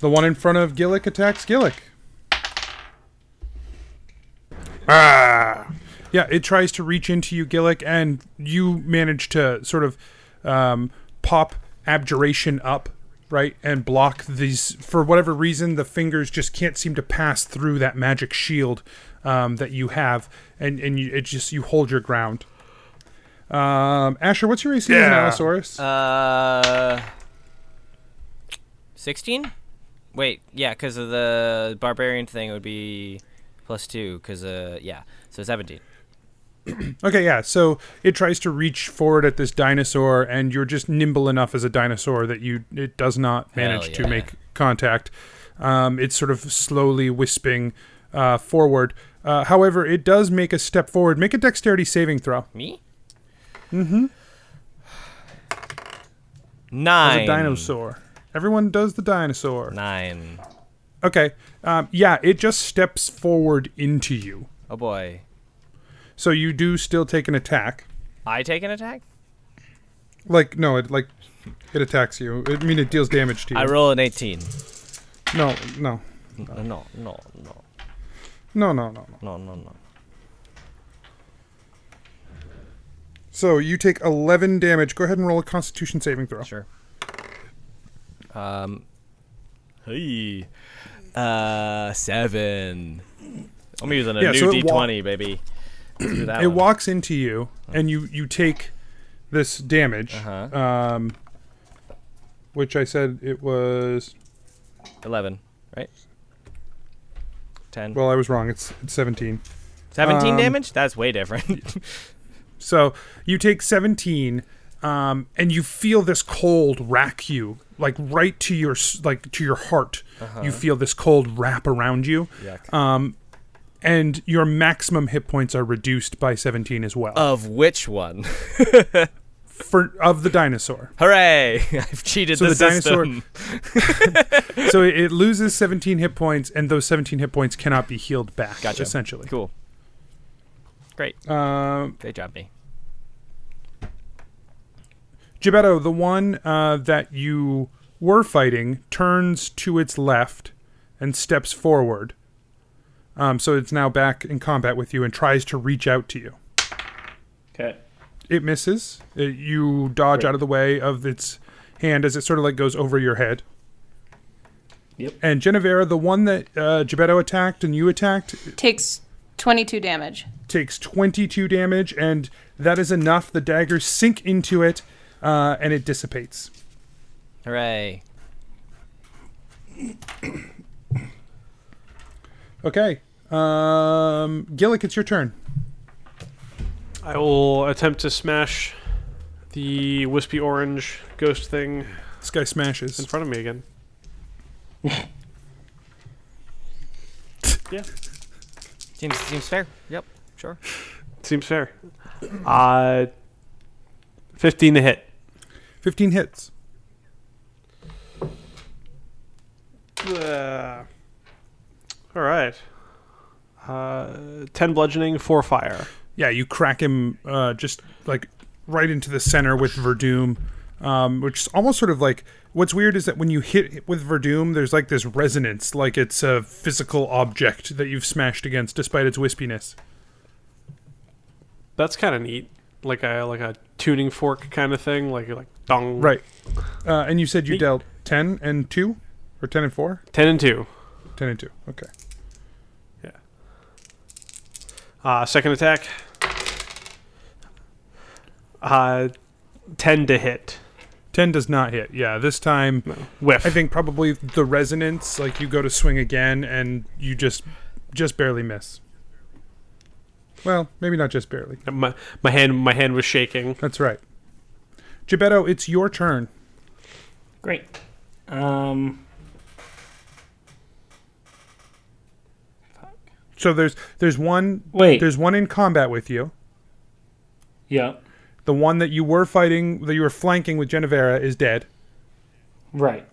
A: The one in front of Gillick attacks Gillick. Yeah, it tries to reach into you, Gillick, and you manage to sort of um, pop abjuration up, right, and block these. For whatever reason, the fingers just can't seem to pass through that magic shield um, that you have, and and you, it just you hold your ground. Um, Asher, what's your AC as an
D: Yeah.
A: Allosaurus?
I: Uh, 16? Wait, yeah, because of the barbarian thing, it would be plus two, because, uh, yeah, so 17.
A: Okay, yeah. So it tries to reach forward at this dinosaur, and you're just nimble enough as a dinosaur that you it does not manage to
I: yeah.
A: make contact. Um, it's sort of slowly wisping uh, forward. Uh, however, it does make a step forward. Make a dexterity saving throw.
I: Me? Mm hmm. Nine.
A: As a dinosaur. Everyone does the dinosaur.
I: Nine.
A: Okay. Um, yeah, it just steps forward into you.
I: Oh boy.
A: So you do still take an attack.
I: I take an attack.
A: Like no, it like it attacks you. I mean, it deals damage to you.
I: I roll an 18.
A: No, no,
I: No, no, no, no,
A: no, no, no.
I: no, no, no.
A: So you take eleven damage. Go ahead and roll a Constitution saving throw.
I: Sure. Um, hey, uh, seven. I'm using a
A: Yeah,
I: new
A: so it wa-
I: D20, baby. Let's do that
A: it
I: one.
A: walks into you, and you you take this damage.
I: Uh-huh.
A: Um, which I said it was.
I: Eleven, right? Ten.
A: Well, I was wrong. It's, it's seventeen.
I: Seventeen
A: Um,
I: damage. That's way different.
A: So you take 17, um, and you feel this cold rack you, like right to your s- like to your heart.
D: Uh-huh.
A: You feel this cold wrap around you,
I: Yuck.
A: um, and your maximum hit points are reduced by 17 as well.
I: of which one?
A: For of the dinosaur.
I: Hooray! I've cheated
A: So
I: the,
A: the dinosaur-
I: system.
A: so it, it loses 17 hit points, and those 17 hit points cannot be healed back.
I: Gotcha.
A: Essentially.
I: Cool. Great.
A: Um,
I: They job, me.
A: Gibetto, the one uh, that you were fighting, turns to its left and steps forward. Um, so it's now back in combat with you and tries to reach out to you.
B: Okay.
A: It misses. Uh, you dodge out of the way of its hand as it sort of like goes over your head.
B: Yep.
A: And Genevera, the one that uh, Gibetto attacked and you attacked,
F: Takes 22 damage.
A: takes 22 damage, and that is enough. The daggers sink into it, uh, and it dissipates.
I: Hooray!
A: Okay. Um, Gillick, it's your turn.
H: I will attempt to smash the wispy orange ghost thing
A: This guy smashes.
H: in front of me again.
I: Seems seems fair. Yep. Sure.
H: Seems fair. Uh, 15 to hit.
A: 15 hits.
H: Uh, all right. Uh, 10 bludgeoning, 4 fire.
A: Yeah, you crack him uh, just like right into the center with Verdum, um, which is almost sort of like what's weird is that when you hit with Verdum, there's like this resonance, like it's a physical object that you've smashed against despite its wispiness.
H: That's kind of neat. Like a like a tuning fork kind of thing. Like you're like dong.
A: Right. Uh, and you said you
H: Neat.
A: dealt 10 and 2? Or 10 and 4?
H: 10 and 2.
A: 10 and 2. Okay.
H: Uh, second attack.
B: Ah.
H: Uh, 10 to hit.
A: 10 does not hit. Yeah, this time
H: Whiff.
A: I think probably the resonance, like you go to swing again and you just just barely miss. Well, maybe not just barely.
H: my, my hand my hand was shaking.
A: That's right. Gibetto, it's your turn.
B: Great. Um,
A: So there's there's one
B: Wait.
A: there's one in combat with you.
B: yeah.
A: The one that you were fighting, that you were flanking with Genevera is dead.
B: Right.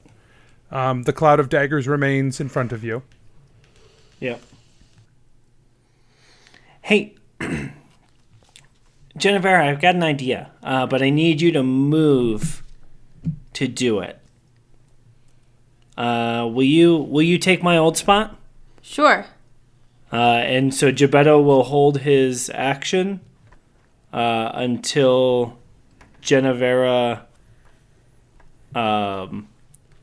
A: Um, the cloud of daggers remains in front of you.
B: Yeah. Hey, Genevera, I've got an idea, uh, but I need you to move to do it. Uh, will you will you take my old spot?
F: Sure.
B: Uh, and so Gebetto will hold his action uh, until Genevera um,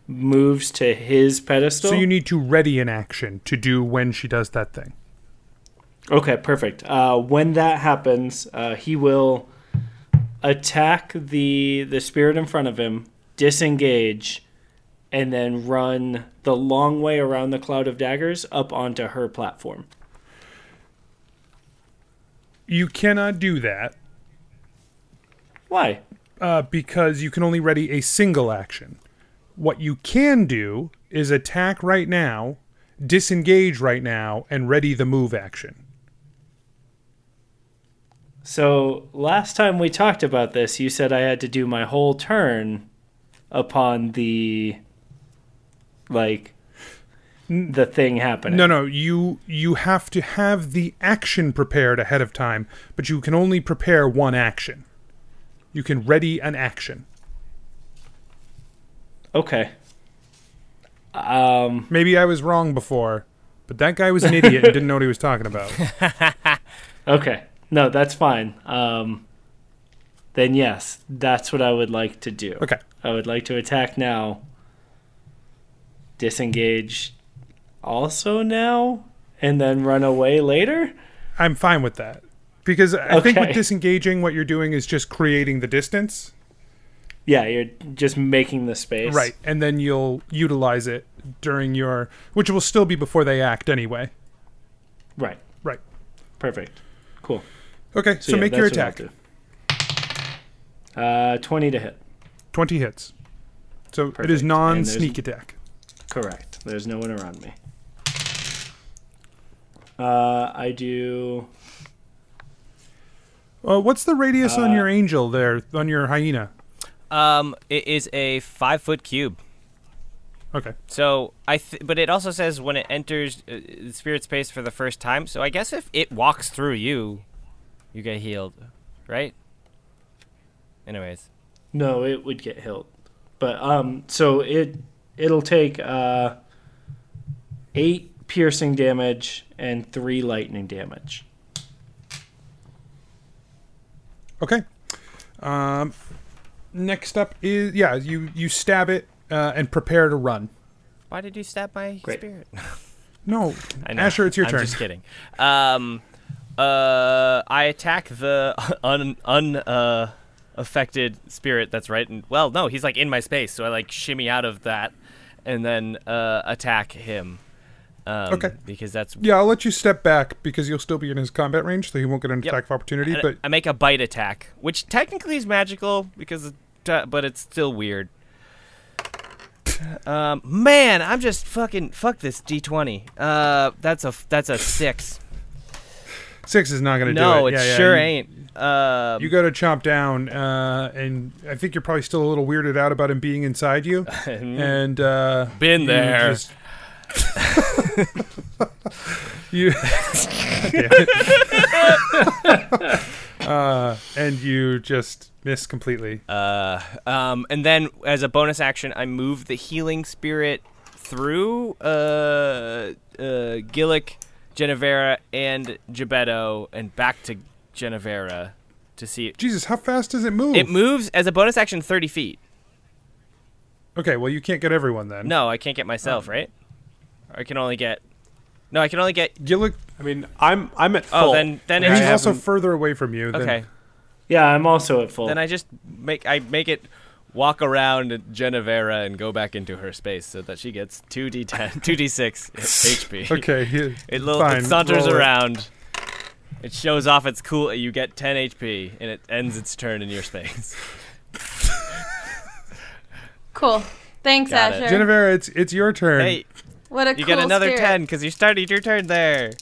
B: moves to his pedestal.
A: So you need to ready an action to do when she does that thing.
B: Okay, perfect. Uh, when that happens, uh, he will attack the the spirit in front of him, disengage, and then run the long way around the cloud of daggers up onto her platform.
A: You cannot do that
B: Why?
A: uh, because you can only ready a single action. What you can do is attack right now, disengage right now, and ready the move action.
B: So last time we talked about this, you said I had to do my whole turn upon the like the thing happening.
A: No, no, you you have to have the action prepared ahead of time, but you can only prepare one action. You can ready an action.
B: Okay. Um
A: maybe I was wrong before, but that guy was an idiot and didn't know what he was talking about.
B: Okay. No, that's fine. Um, then yes, that's what I would like to do.
A: Okay.
B: I would like to attack now. Disengage also now and then run away later?
A: I'm fine with that. Because I think
B: Okay.
A: with disengaging what you're doing is just creating the distance.
B: Yeah, you're just making the space.
A: Right, and then you'll utilize it during your, which will still be before they act anyway.
B: Right.
A: Right.
B: Perfect. Cool.
A: Okay, so make your
B: that's what I'll do. Uh, 20 to hit.
A: 20 hits. So it
B: Perfect.
A: is
B: And
A: non
B: there's-
A: sneak attack.
B: Correct. There's no one around me. Uh, I do.
A: Uh, what's the radius on
I: Uh,
A: your angel there, on your hyena?
I: Um, it is a five foot cube.
A: Okay.
I: So I, th- but it also says when it enters uh, uh, spirit space for the first time. So I guess if it walks through you, you get healed, right? Anyways,
B: No, it would get healed. But um so it it'll take uh 8 piercing damage and 3 lightning damage.
A: Okay. Um, next up is, yeah, you, you stab it uh, and prepare to run.
I: why did you stab my
B: Great.
I: spirit?
A: No,
I: I know.
A: Asher, it's your
I: I'm
A: turn.
I: Just kidding. Um, uh, I attack the un un uh, affected spirit that's right. In, well, no, he's like in my space, so I like shimmy out of that, and then uh, attack him. Um,
A: Okay.
I: Because that's
A: Yeah, I'll let you step back because you'll still be in his combat range, so he won't get an
I: Yep.
A: attack of opportunity.
I: And
A: But
I: I make a bite attack, which technically is magical because, it, uh, but it's still weird. Um, man, I'm just fucking fuck this d20. Uh, that's a that's a six.
A: six is not going to
I: no,
A: do it. Yeah, yeah,
I: sure
A: you-
I: ain't. Um,
A: You go to chomp down, uh, and I think you're probably still a little weirded out about him being inside you.
I: Mm.
A: and uh,
I: Been
A: you
I: there.
A: just- you, Damn it. uh, and you just miss completely.
I: Uh, um, and then as a bonus action, I move the healing spirit through uh, uh, Gillick, Genevera, and Gebetto, and back to Genevera to see.
A: Jesus, how fast does it move?
I: It moves as a bonus action 30 feet.
A: okay, well you can't get everyone then.
I: No, I can't get myself right. Or I can only get. No, I can only get.
A: Gillick.
H: I mean, I'm I'm at
I: Oh,
H: full.
I: then then
A: he's
I: it's
A: also further away from you. Than,
I: okay.
B: Yeah, I'm also at full.
I: Then I just make I make it walk around Genevera and go back into her space so that she gets two d ten, two d six HP.
A: Okay, he-
I: It little
A: fine,
I: it saunters
A: roll it.
I: around. It shows off its cool. You get 10 HP, and it ends its turn in your space.
F: Cool. Thanks,
I: Got it.
F: Asher.
A: Genevera, it's it's your turn.
I: Hey,
F: what a
I: you
F: cool
I: get another
F: spirit.
I: 10 because you started your turn there.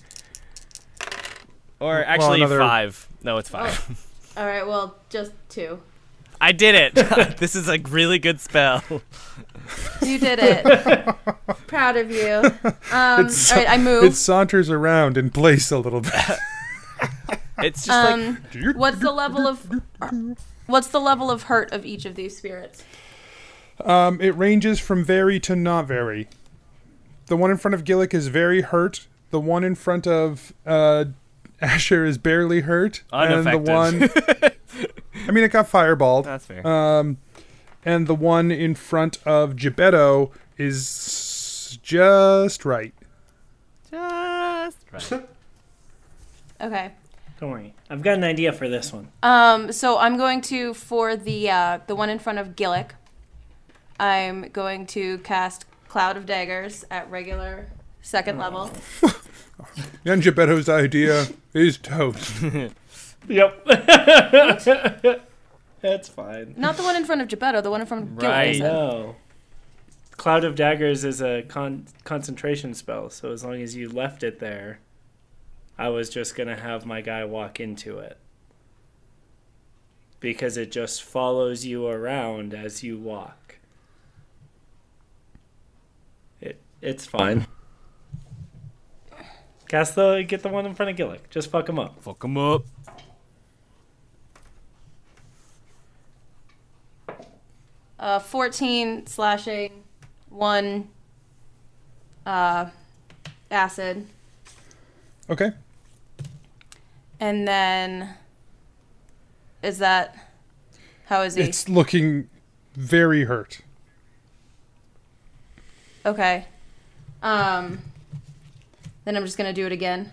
I: Or actually
A: another-
I: five. No, it's five.
F: All right. Well, just two.
I: I did it. this is a really good spell.
F: You did it. Proud of you. Um,
A: It's-
F: all right. I
A: It
F: move.
A: saunters around in place a little bit.
I: It's just like
F: Um, what's the level of what's the level of hurt of each of these spirits?
A: Um, it ranges from very to not very. The one in front of Gillick is very hurt. The one in front of uh, Asher is barely hurt. And the one,
I: Unaffected.
A: I mean, it got fireballed.
I: That's fair.
A: Um, and the one in front of Gebetto is just right.
I: just right.
F: Okay.
B: Don't worry. I've got an idea for this one.
F: Um, so I'm going to for the uh, the one in front of Gillick. I'm going to cast Cloud of Daggers at regular second level.
A: And Gebetto's idea is toast.
B: Yep. That's fine.
F: Not the one in front of Gebetto, the one in front of Gillick. I
I: Right.
F: said.
B: No. Cloud of Daggers is a con- concentration spell, so as long as you left it there, I was just going to have my guy walk into it. Because it just follows you around as you walk. It It's fine. Cast the get the one in front of Gillick. Just fuck him up.
G: Fuck him up.
F: Uh, 14 slashing, 1 uh, acid,
A: Okay.
F: and then. Is that. How is he?
A: It's looking very hurt.
F: Okay. Um. Then I'm just gonna do it again.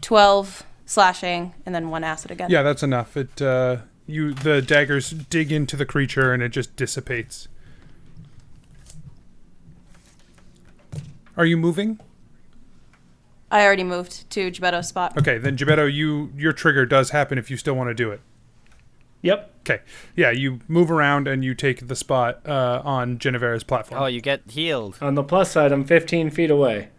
F: Twelve slashing and then one acid again.
A: Yeah, that's enough. It uh, you the daggers dig into the creature and it just dissipates. Are you moving?
F: I already moved to Gebetto's spot.
A: Okay, then Gebetto, you your trigger does happen if you still want to do it.
B: Yep.
A: Okay. Yeah, you move around and you take the spot uh, on Genevra's platform.
I: Oh, you get healed.
B: On the plus side, I'm 15 feet away.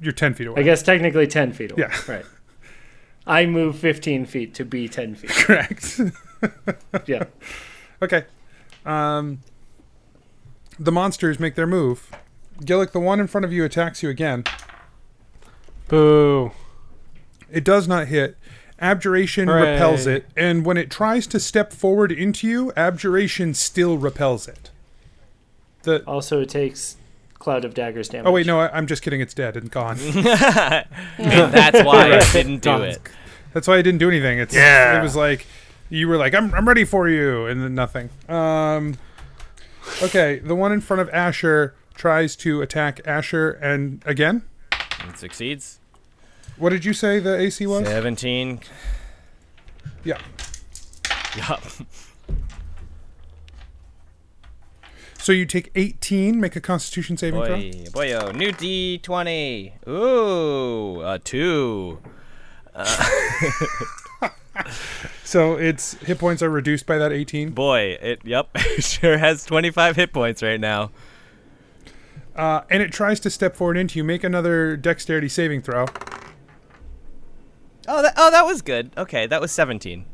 A: You're ten feet away.
B: I guess technically 10 feet away.
A: Yeah.
B: Right. I move 15 feet to be 10 feet.
A: Correct.
B: yeah.
A: Okay. Um, the monsters make their move. Gillick, the one in front of you attacks you again.
H: Boo.
A: It does not hit. Abjuration
H: Hooray.
A: repels it, and when it tries to step forward into you, abjuration still repels it. The
B: also it takes cloud of daggers damage.
A: Oh wait, no, I, I'm just kidding. It's dead and gone.
B: And that's why I didn't do
A: Gone.
B: it.
A: That's why I didn't do anything. It's
B: Yeah.
A: It was like you were like, "I'm I'm ready for you," and then nothing. Um, okay, the one in front of Asher tries to attack Asher, and again,
G: It succeeds.
A: what did you say the AC was?
G: 17.
A: Yeah.
G: Yup.
A: So you take 18, make a Constitution saving throw.
G: Boy, boyo. New D20. Ooh, a 2. Uh,
A: So its hit points are reduced by that 18.
G: boy, it, yep, it sure has 25 hit points right now.
A: Uh, and it tries to step forward into you. Make another dexterity saving throw.
G: Oh, that, oh, that was good. Okay, that was 17.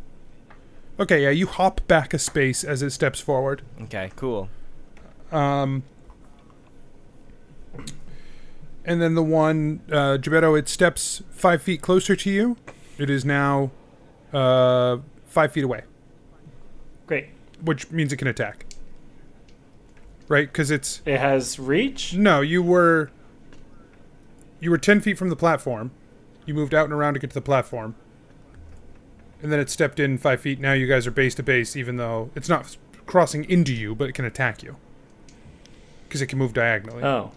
A: Okay, yeah, you hop back a space as it steps forward.
G: Okay, cool.
A: Um, and then the one, uh, Gebetto, it steps five feet closer to you. It is now uh, five feet away.
B: Great.
A: Which means it can attack. Right? Because it's.
B: It has reach?
A: No, you were. You were 10 feet from the platform. You moved out and around to get to the platform. And then it stepped in five feet. Now you guys are base to base, even though it's not s- crossing into you, but it can attack you. Because it can move diagonally.
B: Oh.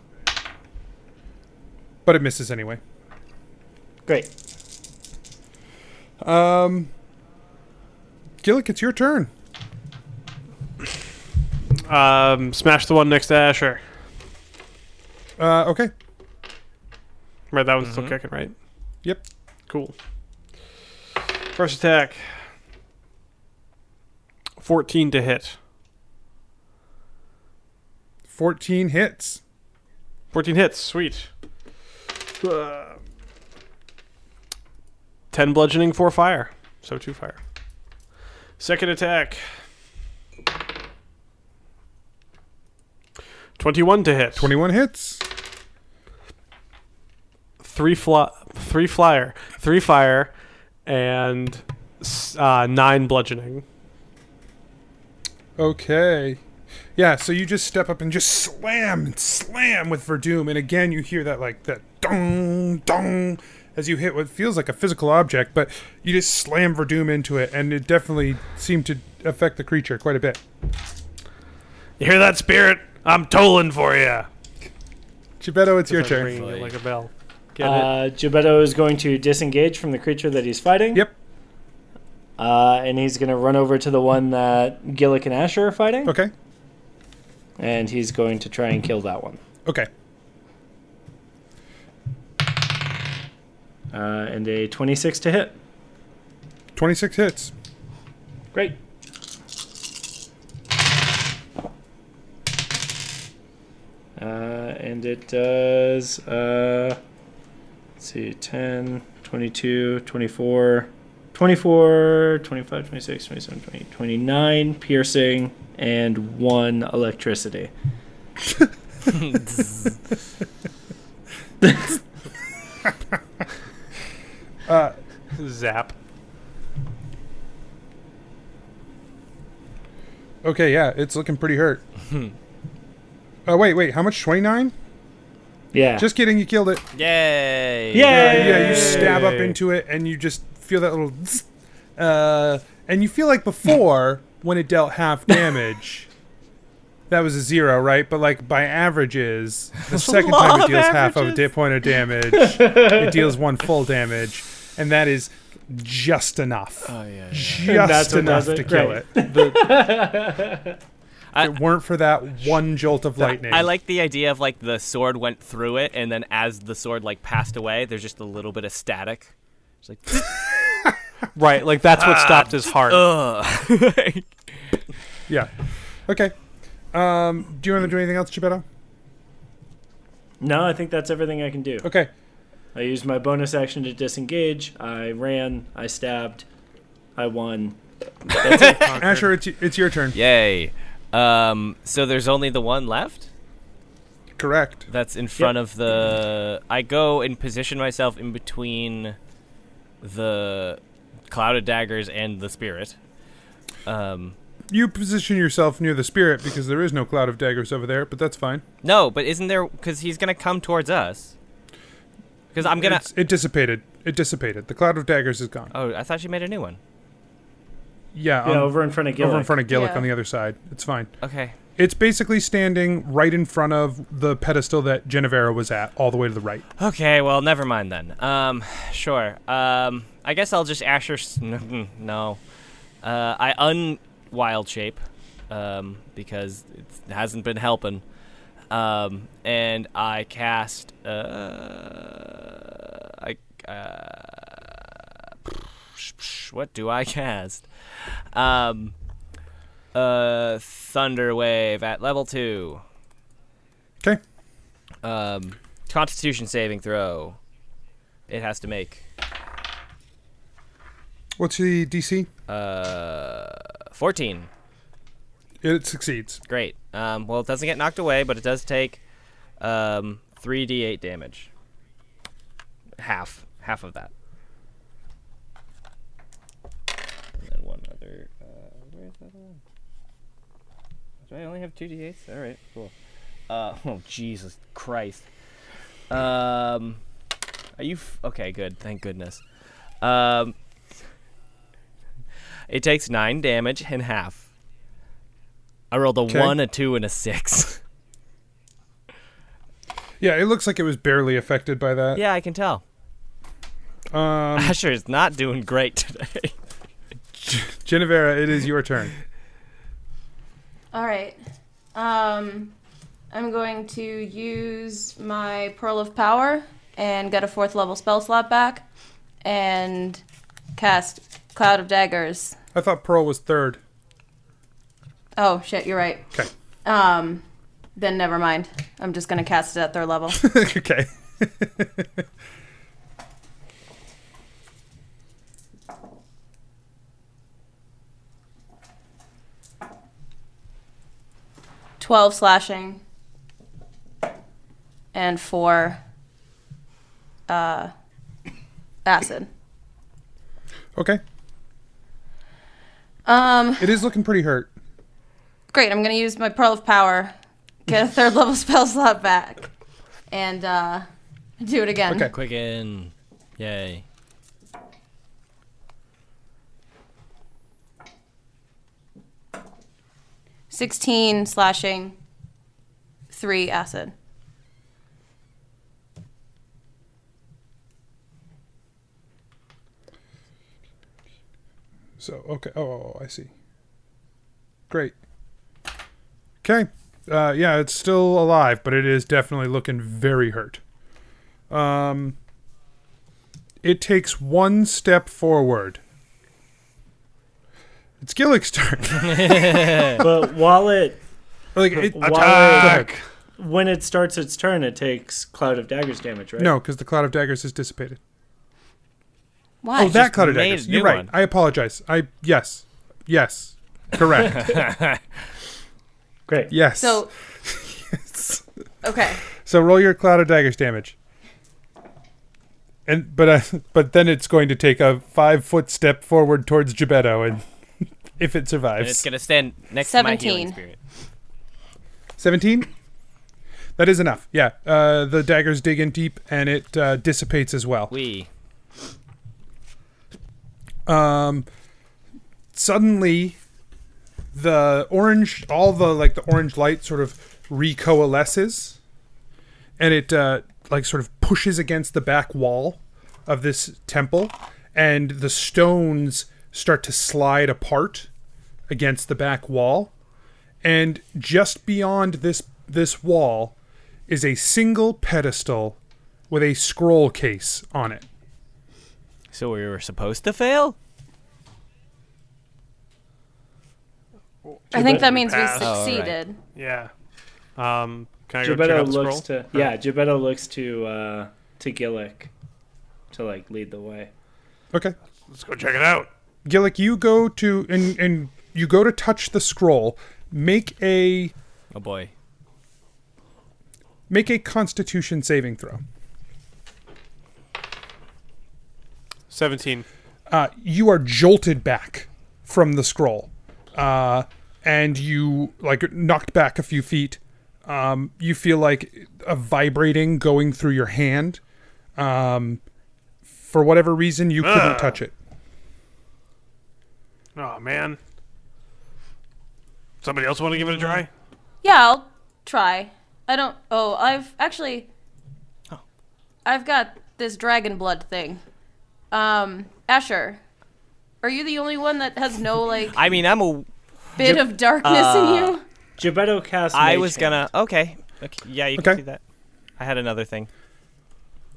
A: But it misses anyway.
B: Great.
A: Um, Gillick, it's your turn.
H: Um, smash the one next to Asher.
A: Uh, okay.
H: Right, that one's
I: Mm-hmm.
H: still kicking, right?
A: Yep.
H: Cool. First attack. 14 to hit.
A: 14 hits.
H: 14 hits, sweet. Uh, 10 bludgeoning, 4 fire. So 2 fire. Second attack. 21 to hit.
A: 21 hits.
H: 3 fly, 3 flyer, 3 fire and s- uh, 9 bludgeoning.
A: Okay. Yeah, so you just step up and just slam and slam with Verdum, and again you hear that like that dong dong as you hit what feels like a physical object, but you just slam Verdum into it, and it definitely seemed to affect the creature quite a bit.
C: You hear that, spirit? I'm tolling for you.
A: Chibetto, it's your
H: Because I'm
A: turn.
H: ringing it like a bell. Get it?
B: Uh, Gebetto is going to disengage from the creature that he's fighting.
A: Yep.
B: Uh, and he's going to run over to the one that Gillick and Asher are fighting.
A: Okay.
B: And he's going to try and kill that one.
A: Okay.
B: Uh, and a 26 to hit.
A: 26 hits.
B: Great. Uh, and it does, uh, let's see, 10, 22, 24, 24, 25, 26, 27, 28, 29 piercing, and one electricity.
J: Uh, Zap.
A: Okay, yeah, it's looking pretty hurt. Oh wait, wait, how much? Twenty nine.
B: Yeah.
A: Just kidding, you killed it.
I: Yay!
A: Uh, Yeah, yeah, you stab up into it and you just feel that little zzz, uh and you feel like before when it dealt half damage that was a zero, right? But like by averages, the second time it
K: Love
A: deals half of a
K: averages.
A: da- point of damage, it deals one full damage, and that is just enough. Oh yeah.
B: And that's
A: Just
B: what
A: enough
B: does
A: to
B: it?
A: kill
B: Great.
A: it. if it weren't for that one jolt of lightning.
I: I like the idea of like the sword went through it, and then as the sword like passed away, there's just a little bit of static. It's like
H: Right, like that's what stopped his heart.
I: Ugh.
A: Yeah. Okay. Um, do you want to do anything else, Geppetto?
B: No, I think that's everything I can do.
A: Okay.
B: I used my bonus action to disengage. I ran. I stabbed. I won. That's it.
A: Asher, it's, it's your turn.
I: Yay! Um, so there's only the one left.
A: Correct.
I: That's in front of the. I go and position myself in between the cloud of daggers and the spirit. Um,
A: You position yourself near the spirit because there is no cloud of daggers over there, but that's fine.
I: no, but isn't there? Because he's gonna come towards us. Because I'm gonna.
A: It's- it dissipated. It dissipated. The cloud of daggers is gone.
I: Oh, I thought you made a new one.
A: Yeah,
I: Yeah,
A: um,
I: over in front of
A: Over in
I: Gillick.
A: front of Gillick
I: Yeah.
A: on the other side. It's fine.
I: Okay.
A: It's basically standing right in front of the pedestal that Genevera was at, all the way to the right.
I: Okay, well, never mind then. Um, sure. Um, I guess I'll just Asher. s- No, uh, I un wild shape, um, because it hasn't been helping. Um, and I cast. Uh, I. Uh, what do I cast? Um, uh, thunder wave at level two.
A: Okay.
I: Um, Constitution saving throw. It has to make
A: What's the DC?
I: uh fourteen.
A: It succeeds.
I: Great. Um, well, it doesn't get knocked away, but it does take um three d eight damage. Half, half of that. And then one other. Uh, where's that one? Do I only have two d8s? All right, cool. Uh, oh Jesus Christ. Um, are you f- okay? Good, thank goodness. Um, it takes nine damage and half. I rolled a
A: 'Kay.
I: one, a two, and a six.
A: Yeah, it looks like it was barely affected by that.
I: yeah, I can tell.
A: Um,
I: Asher is not doing great today.
A: Genevera, it is your turn.
F: All right. Um, I'm going to use my Pearl of Power and get a fourth level spell slot back and cast Cloud of Daggers.
A: I thought Pearl was third.
F: Oh, shit, you're right.
A: Okay.
F: Um, then never mind. I'm just going to cast it at third level.
A: okay.
F: Twelve slashing and four uh, acid.
A: Okay.
F: Um,
A: It is looking pretty hurt.
F: Great, I'm gonna use my Pearl of Power, get a third level spell slot back, and uh, do it again.
I: Quicken. Yay.
F: Sixteen slashing, three acid.
A: So okay. Oh, I see. Great. Okay. Uh, yeah, it's still alive, but it is definitely looking very hurt. Um, it takes one step forward. It's Gillick's turn.
B: but while it
A: like it,
B: while it- when it starts its turn, it takes cloud of daggers damage, right?
A: No, because the cloud of daggers has dissipated.
F: Why?
A: Oh, that Claudidacus. You're right. I apologize. I yes, yes, correct.
B: Great.
A: Yes.
F: So, okay.
A: So roll your cloud of daggers damage. And but uh, but then it's going to take a five foot step forward towards Gebetto, and if it survives,
I: And it's gonna stand next to my healing
F: 17.
I: spirit.
A: 17 that is enough yeah uh, the daggers dig in deep and it uh, dissipates as well
I: we
A: um suddenly the orange all the like the orange light sort of recoalesces and it uh like sort of pushes against the back wall of this temple and the stones start to slide apart against the back wall and just beyond this this wall is a single pedestal with a scroll case on it.
I: So we were supposed to fail.
F: I think that means we
A: Oh,
H: Pass.
F: succeeded.
H: Yeah. Um, can I go check
B: Gebetto
H: out the
B: looks
H: scroll?
B: to yeah. Gebetto looks to uh, to Gillick to like lead the way.
A: Okay.
C: Let's go check it out.
A: Gillick, you go to and and you go to touch the scroll. Make a
I: Oh boy.
A: make a constitution saving throw.
H: 17.
A: Uh, you are jolted back from the scroll. Uh, and you like knocked back a few feet. Um, you feel like a vibrating going through your hand. Um, for whatever reason you couldn't
H: Ugh.
A: touch it.
H: Oh man. Somebody else want to give it a try?
F: Yeah, I'll try. I don't. Oh, I've actually. I've got this dragon blood thing. Um, Asher, are you the only one that has no like
I: I mean, I'm a.
F: bit of darkness in
I: Uh,
F: you?
B: Gebetto casts.
I: I
B: Mage
I: was
B: Hand.
I: gonna. Okay. okay. Yeah, you
A: Okay.
I: can do that. I had another thing.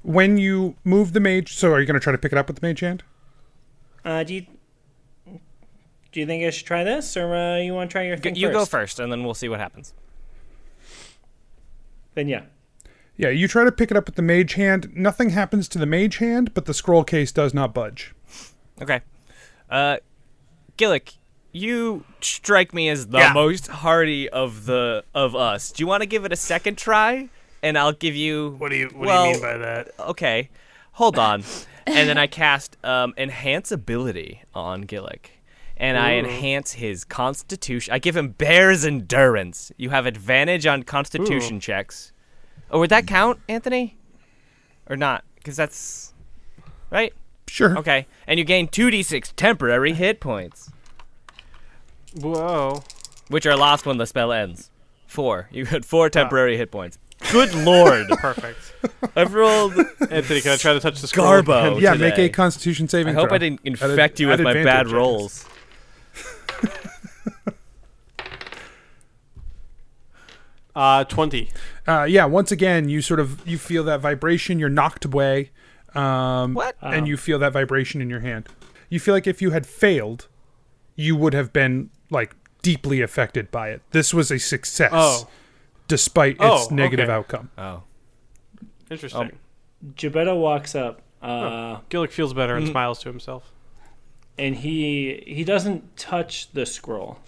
A: When you move the mage, so are you going to try to pick it up with the mage hand?
B: Uh, do you do you think I should try this, or uh, you want to try your
I: G-
B: thing?
I: you
B: first?
I: go first, and then we'll see what happens.
B: Then yeah.
A: Yeah, you try to pick it up with the mage hand. Nothing happens to the mage hand, but the scroll case does not budge.
I: Okay. Uh, Gillick, you strike me as the
A: Yeah.
I: most hardy of the of us. Do you want to give it a second try? And I'll give you. What do you
C: what do you mean by
I: that?
B: uh,
I: Okay, hold on. and then I cast um, enhance ability on Gillick, and I
E: Ooh.
I: enhance his constitution. I give him bear's endurance. You have advantage on constitution
E: Ooh.
I: checks. Oh, would that count, Anthony? Or not? Because that's right.
A: Sure.
I: Okay, and you gain two d six temporary hit points,
H: Whoa.
I: which are lost when the spell ends. Four. You had four temporary hit points. Good lord.
H: Perfect.
I: I've rolled.
H: Anthony, can I try to touch the scroll?
I: Garbo.
A: yeah,
I: today.
A: make a constitution saving
I: I hope
A: throw.
I: I didn't
A: At
I: infect
A: ad-
I: you with
A: at
I: my bad
A: advantage.
I: rolls.
H: Uh, 20.
A: Uh, yeah, once again, you sort of you feel that vibration. You're knocked away. Um,
I: what? Oh.
A: And you feel that vibration in your hand. You feel like if you had failed, you would have been like deeply affected by it. This was a success,
B: Oh.
A: despite
B: Oh,
A: its negative
B: okay.
A: outcome.
I: Oh.
H: Interesting.
B: Gebetto walks up. Uh,
H: Oh, Gillick feels better and
B: mm.
H: smiles to himself.
B: and he he doesn't touch the scroll,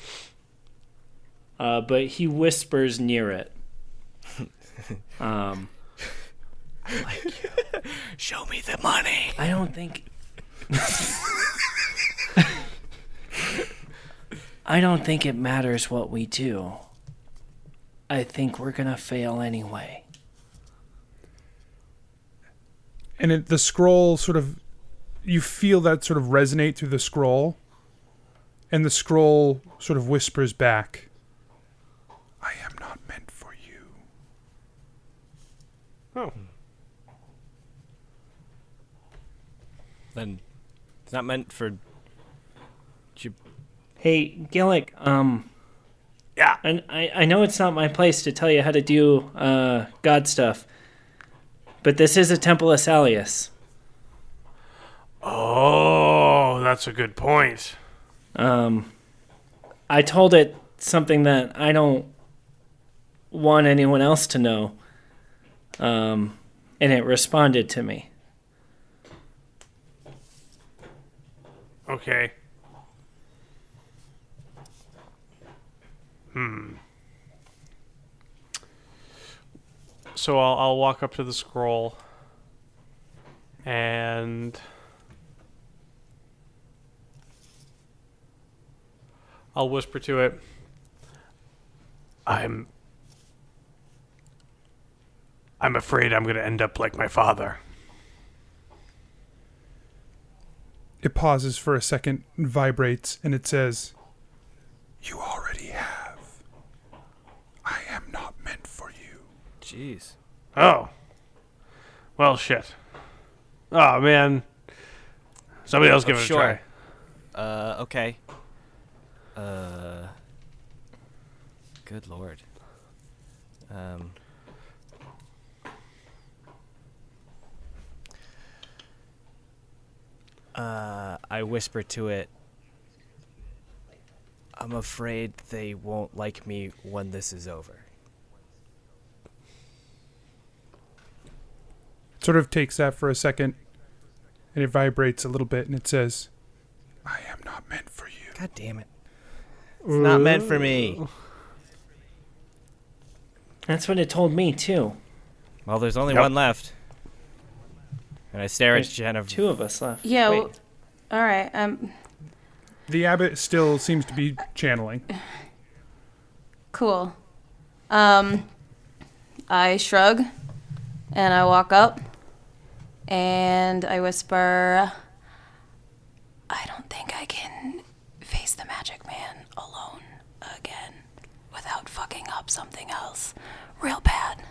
B: uh, but he whispers near it. Um,
I: Show me the money.
B: I don't think. I don't think it matters what we do. I think we're gonna fail anyway.
A: and it, the scroll sort of you feel that sort of resonate through the scroll and the scroll sort of whispers back i am not meant for you
H: Oh.
I: Then it's not meant for.
B: Hey, Gillick. Um.
C: Yeah.
B: And I I know it's not my place to tell you how to do uh God stuff, but this is a Temple of Salius.
H: Oh, that's a good point.
B: Um, I told it something that I don't want anyone else to know. Um, and it responded to me.
H: Okay.
C: Hmm.
H: So I'll, I'll walk up to the scroll and I'll whisper to it.
C: I'm. I'm afraid I'm going to end up like my father.
A: It pauses for a second, vibrates, and it says,
D: You already have. I am not meant for you.
E: Jeez.
H: Oh.
C: Well, shit. Oh, man. Somebody else give it
I: sure.
C: a try.
I: Uh, okay. Uh, good lord. Um, uh, I whisper to it. I'm afraid they won't like me when this is over.
A: It sort of takes that for a second, and it vibrates a little bit, and it says, I am not meant for you.
I: God damn it. It's not meant for me.
B: That's what it told me too.
I: Well, there's only
B: Yep.
I: one left. And I stare at
B: There's
I: Jennifer.
B: Two of us left.
F: Yeah. w- all right. Um.
A: The abbot still seems to be channeling.
F: Cool. Um. I shrug, and I walk up, and I whisper, "I don't think I can face the magic man alone again, without fucking up something else, real bad."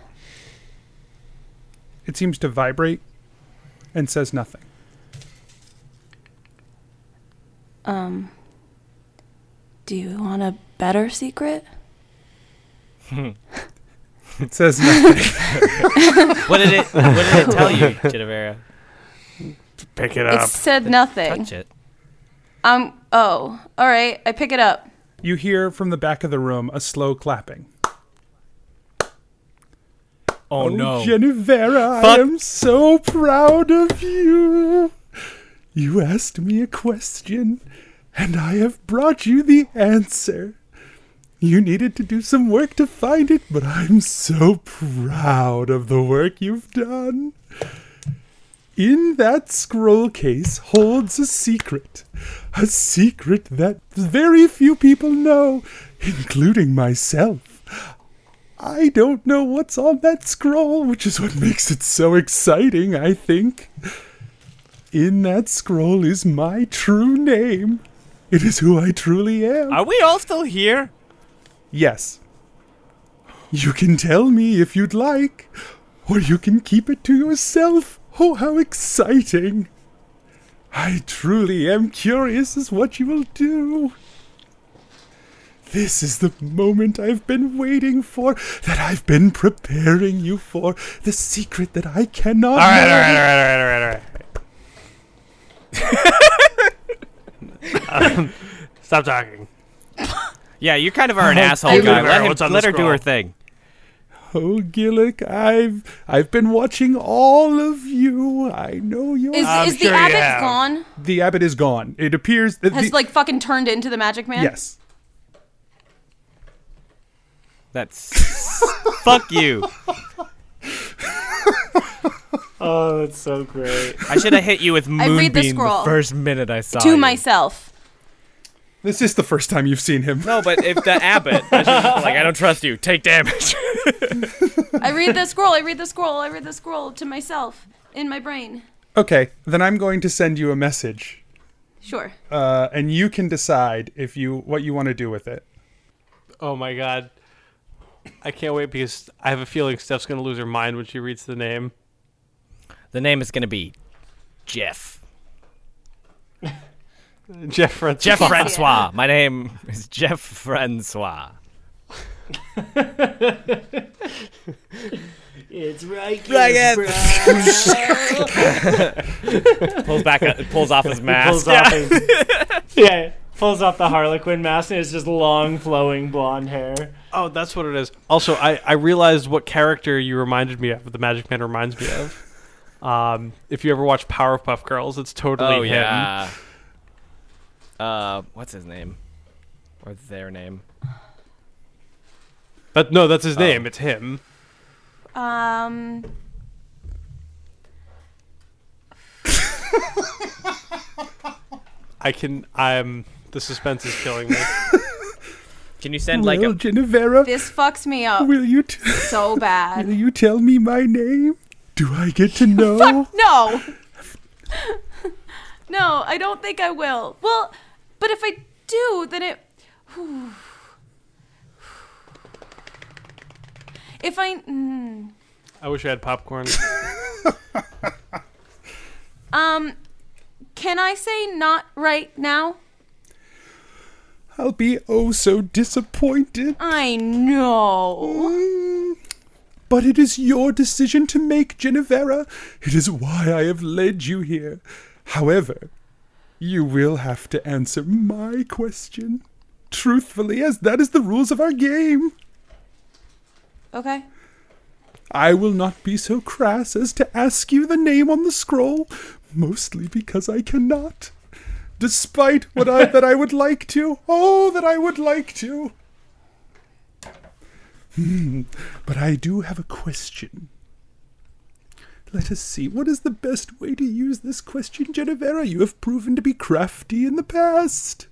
A: It seems to vibrate and says nothing.
F: Um. Do you want a better secret?
A: It says nothing.
I: what did it what did it tell you, Genevera?
C: Pick Uh, it
F: It
C: up.
F: said nothing.
I: Touch it.
F: Um. Oh. All right. I pick it up.
A: You hear from the back of the room a slow clapping.
I: Oh, no.
A: Genevera, I
I: Fuck.
A: am so proud of you. You asked me a question, and I have brought you the answer. You needed to do some work to find it, but I'm so proud of the work you've done. In that scroll case holds a secret. A secret that very few people know, including myself. I don't know what's on that scroll, which is what makes it so exciting, I think. In that scroll is my true name. It is who I truly am.
I: Are we all still here?
A: Yes. You can tell me if you'd like, or you can keep it to yourself. Oh, how exciting! I truly am curious as what you will do. This is the moment I've been waiting for, that I've been preparing you for, the secret that I cannot.
C: All right, all
A: know.
C: right, all right, all right, all right, all right. Um, stop talking.
I: Yeah, you kind of are an
A: Oh,
I: asshole
A: Gillick.
I: guy. Let, him,
C: What's on the
I: let her do
C: scroll?
I: her thing.
A: Oh, Gillick, I've I've been watching all of you. I know you.
F: Is
C: I'm
F: is
C: sure
F: the
C: you
F: abbot
C: have.
F: gone?
A: the abbot is gone. It appears that
F: Has
A: the,
F: like fucking turned into the magic man?
A: yes.
I: That's fuck you.
B: Oh, that's so great.
I: I should have hit you with
F: I read the
I: moonbeam the,
F: scroll.
I: first minute I saw
F: To
I: you.
F: myself.
A: This is the first time you've seen him.
I: No, but if the abbot, I should've just been like I don't trust you, take damage.
F: I read the scroll. I read the scroll. I read the scroll to myself in my brain.
A: Okay, then I'm going to send you a message,
F: Sure.
A: uh, and you can decide if you what you want to do with it.
H: Oh my god. I can't wait because I have a feeling Steph's going to lose her mind when she reads the name.
I: the name is gonna be Jeff.
H: Jeff Francois.
I: Jeff Francois. My name is Jeff Francois.
B: It's right.
I: Right,
B: here,
I: yes.
B: bro.
I: Pulls back, pulls off his mask.
B: pulls
I: Yeah.
B: off his, yeah, pulls off the Harlequin mask and it's just long flowing blonde hair.
H: Oh, that's what it is. Also, I, I realized what character you reminded me of, the Magic Man reminds me of. Um, if you ever watch Powerpuff Girls, it's totally
I: Oh
H: him.
I: yeah. Uh, what's his name? Or their name?
L: That no, that's his
I: Oh.
L: name. It's him.
F: Um.
L: I can. I'm. The suspense is killing me.
I: can you
L: send
A: Well, Genevera,
F: This fucks me up.
A: Will you t-
F: so bad.
A: will you tell me my name? Do I get to know?
F: Fuck no. no, I don't think I will. Well, but if I do, then it. If I. Mm,
L: I wish I had popcorn.
F: um. Can I say not right now?
A: I'll be oh so disappointed.
F: I Mm. know.
A: But it is your decision to make, Genevera. It is why I have led you here. However, you will have to answer my question. Truthfully, as that is the rules of our game.
F: Okay.
A: I will not be so crass as to ask you the name on the scroll, mostly because I cannot. Despite what I that I would like to, oh that I would like to. Hmm, but I do have a question. Let us see, what is the best way to use this question, Genevera? You have proven to be crafty in the past.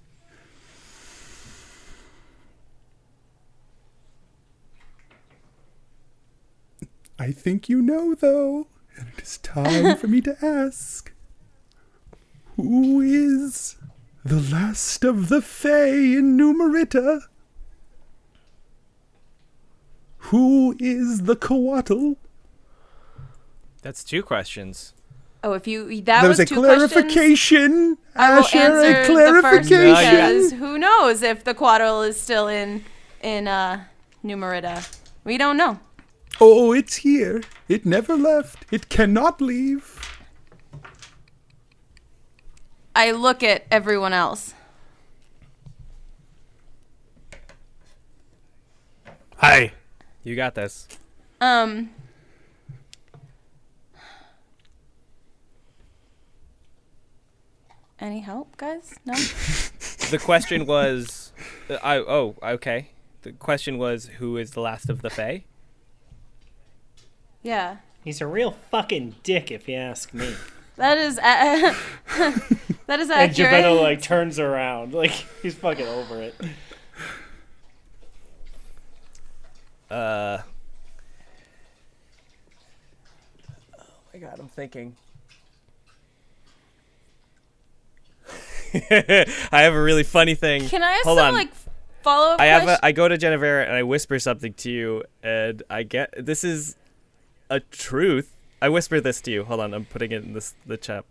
A: I think you know, though, and it is time for me to ask Who is the last of the Fae in Numerita? Who is the Coatl?
I: That's two questions.
F: Oh, if you that
A: there was
F: was,
A: a
F: two questions.
A: clarification.
F: I will
A: Asher,
F: answer
A: a
F: the
A: clarification.
F: first because who knows if the quadrille is still in in uh, Numerita? We don't know.
A: Oh, it's here. It never left. It cannot leave.
F: I look at everyone else.
L: Hi.
I: You got this.
F: Um. Any help, guys? No.
I: The question was, uh, I oh okay. The question was, who is the last of the Fae?
F: yeah,
B: He's a real fucking dick, if you ask me.
F: that is a- that is
B: and
F: accurate.
B: Geppetto like turns around, like he's fucking over it.
I: Uh. Oh my god, I'm thinking. I have a really funny thing.
F: Can I ask
I: Hold
F: some
I: on.
F: like follow up?
I: I have a, I go to Genevera and I whisper something to you, and I get this is a truth. I whisper this to you. Hold on, I'm putting it in this the chat.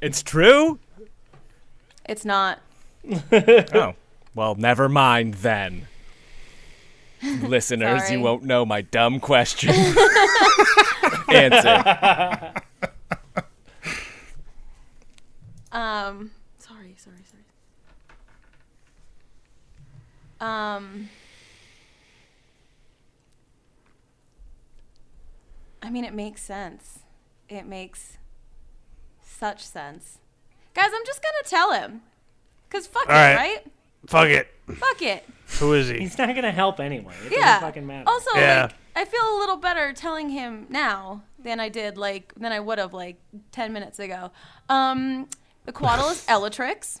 I: It's true.
F: It's not.
I: oh, well, never mind then. Listeners,
F: Sorry.
I: you won't know my dumb question. Answer.
F: Um, sorry, sorry, sorry. Um, I mean, it makes sense. It makes such sense. Guys, I'm just gonna tell him. Cause fuck
C: All
F: it,
C: right.
F: right?
C: Fuck it.
F: Fuck it.
C: Who is he?
B: He's not gonna help anyway. It
F: yeah.
B: doesn't fucking matter.
F: Also,
C: Yeah.
F: like, I feel a little better telling him now than I did like than I would have like ten minutes ago. Um, the quaddle is Elatrix.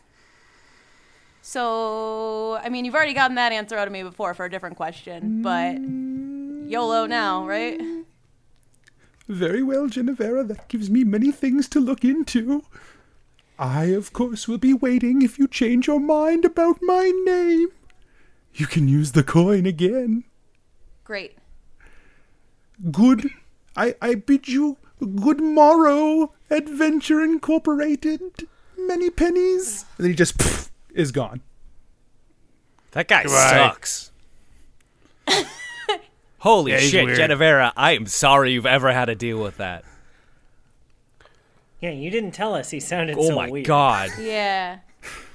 F: So I mean, you've already gotten that answer out of me before for a different question, but YOLO now, right?
A: Very well, Genevera. That gives me many things to look into. I, of course, will be waiting if you change your mind about my name. You can use the coin again.
F: Great.
A: Good. I, I bid you good morrow, Adventure Incorporated. Many pennies. And then he just pff, is gone.
I: That guy
A: Goodbye.
I: sucks. Holy
A: Yeah, he's
I: shit,
A: weird.
I: Genevera, I am sorry you've ever had to deal with that.
B: yeah, you didn't tell us he sounded
I: Oh
B: so
I: my
B: weird.
I: God.
F: Yeah.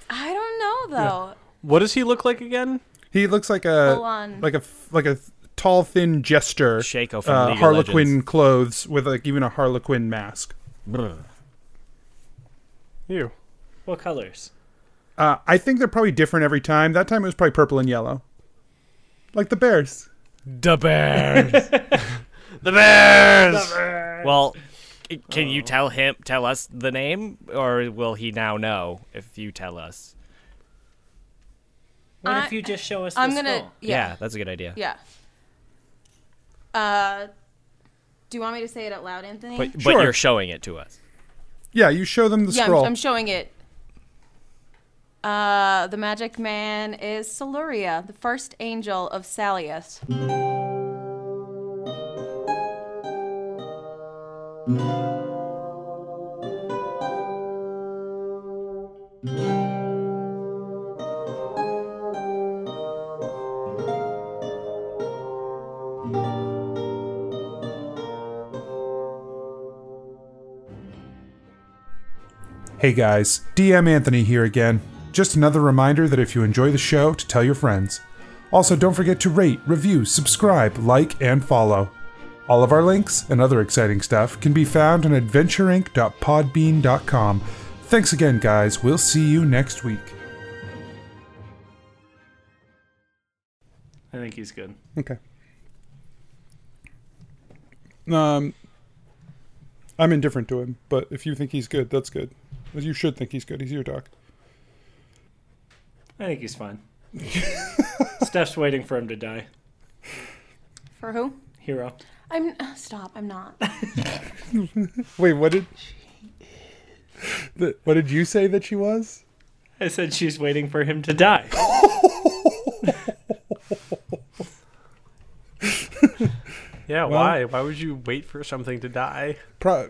F: I don't know though.
L: What does he look like again?
A: He looks like a
F: Full on.
A: like a like a tall, thin jester, uh,
I: Shaco from League of
A: Harlequin
I: Legends.
A: clothes with like even a Harlequin mask.
H: You.
B: What colors?
A: Uh, I think they're probably different every time. That time it was probably purple and yellow, like the Bears.
I: The
A: Bears.
I: the Bears. Well, c- can
A: Oh.
I: you tell him tell us the name or will he now know if you tell us?
B: What
F: I-
B: if you just show us
F: I'm
B: the
F: gonna-
B: skull?
F: Yeah.
I: that's a good idea.
F: Yeah. Uh, do you want me to say it out loud, Anthony?
I: But but
A: Sure.
I: you're showing it to us.
A: Yeah, you show them the
F: yeah, I'm-
A: scroll.
F: I'm, showing it. Uh, the magic man is Siluria, the first angel of Salius.
A: Hey guys, DM Anthony here again. Just another reminder that if you enjoy the show, to tell your friends. Also, don't forget to rate, review, subscribe, like, and follow. All of our links and other exciting stuff can be found on adventureinc.podbean.com. Thanks again, guys. We'll see you next week.
B: I think he's good.
A: Okay. Um, I'm indifferent to him, but if you think he's good, that's good. You should think he's good. He's your doc.
B: I think he's fine. Steph's waiting for him to die.
F: For who?
B: Hero.
F: I'm. Stop, I'm not.
A: Wait, what did? The, what did you say that she was?
B: I said she's waiting for him to die.
H: Yeah,
A: Well-
H: why? Why would you wait for something to die?
A: Pro-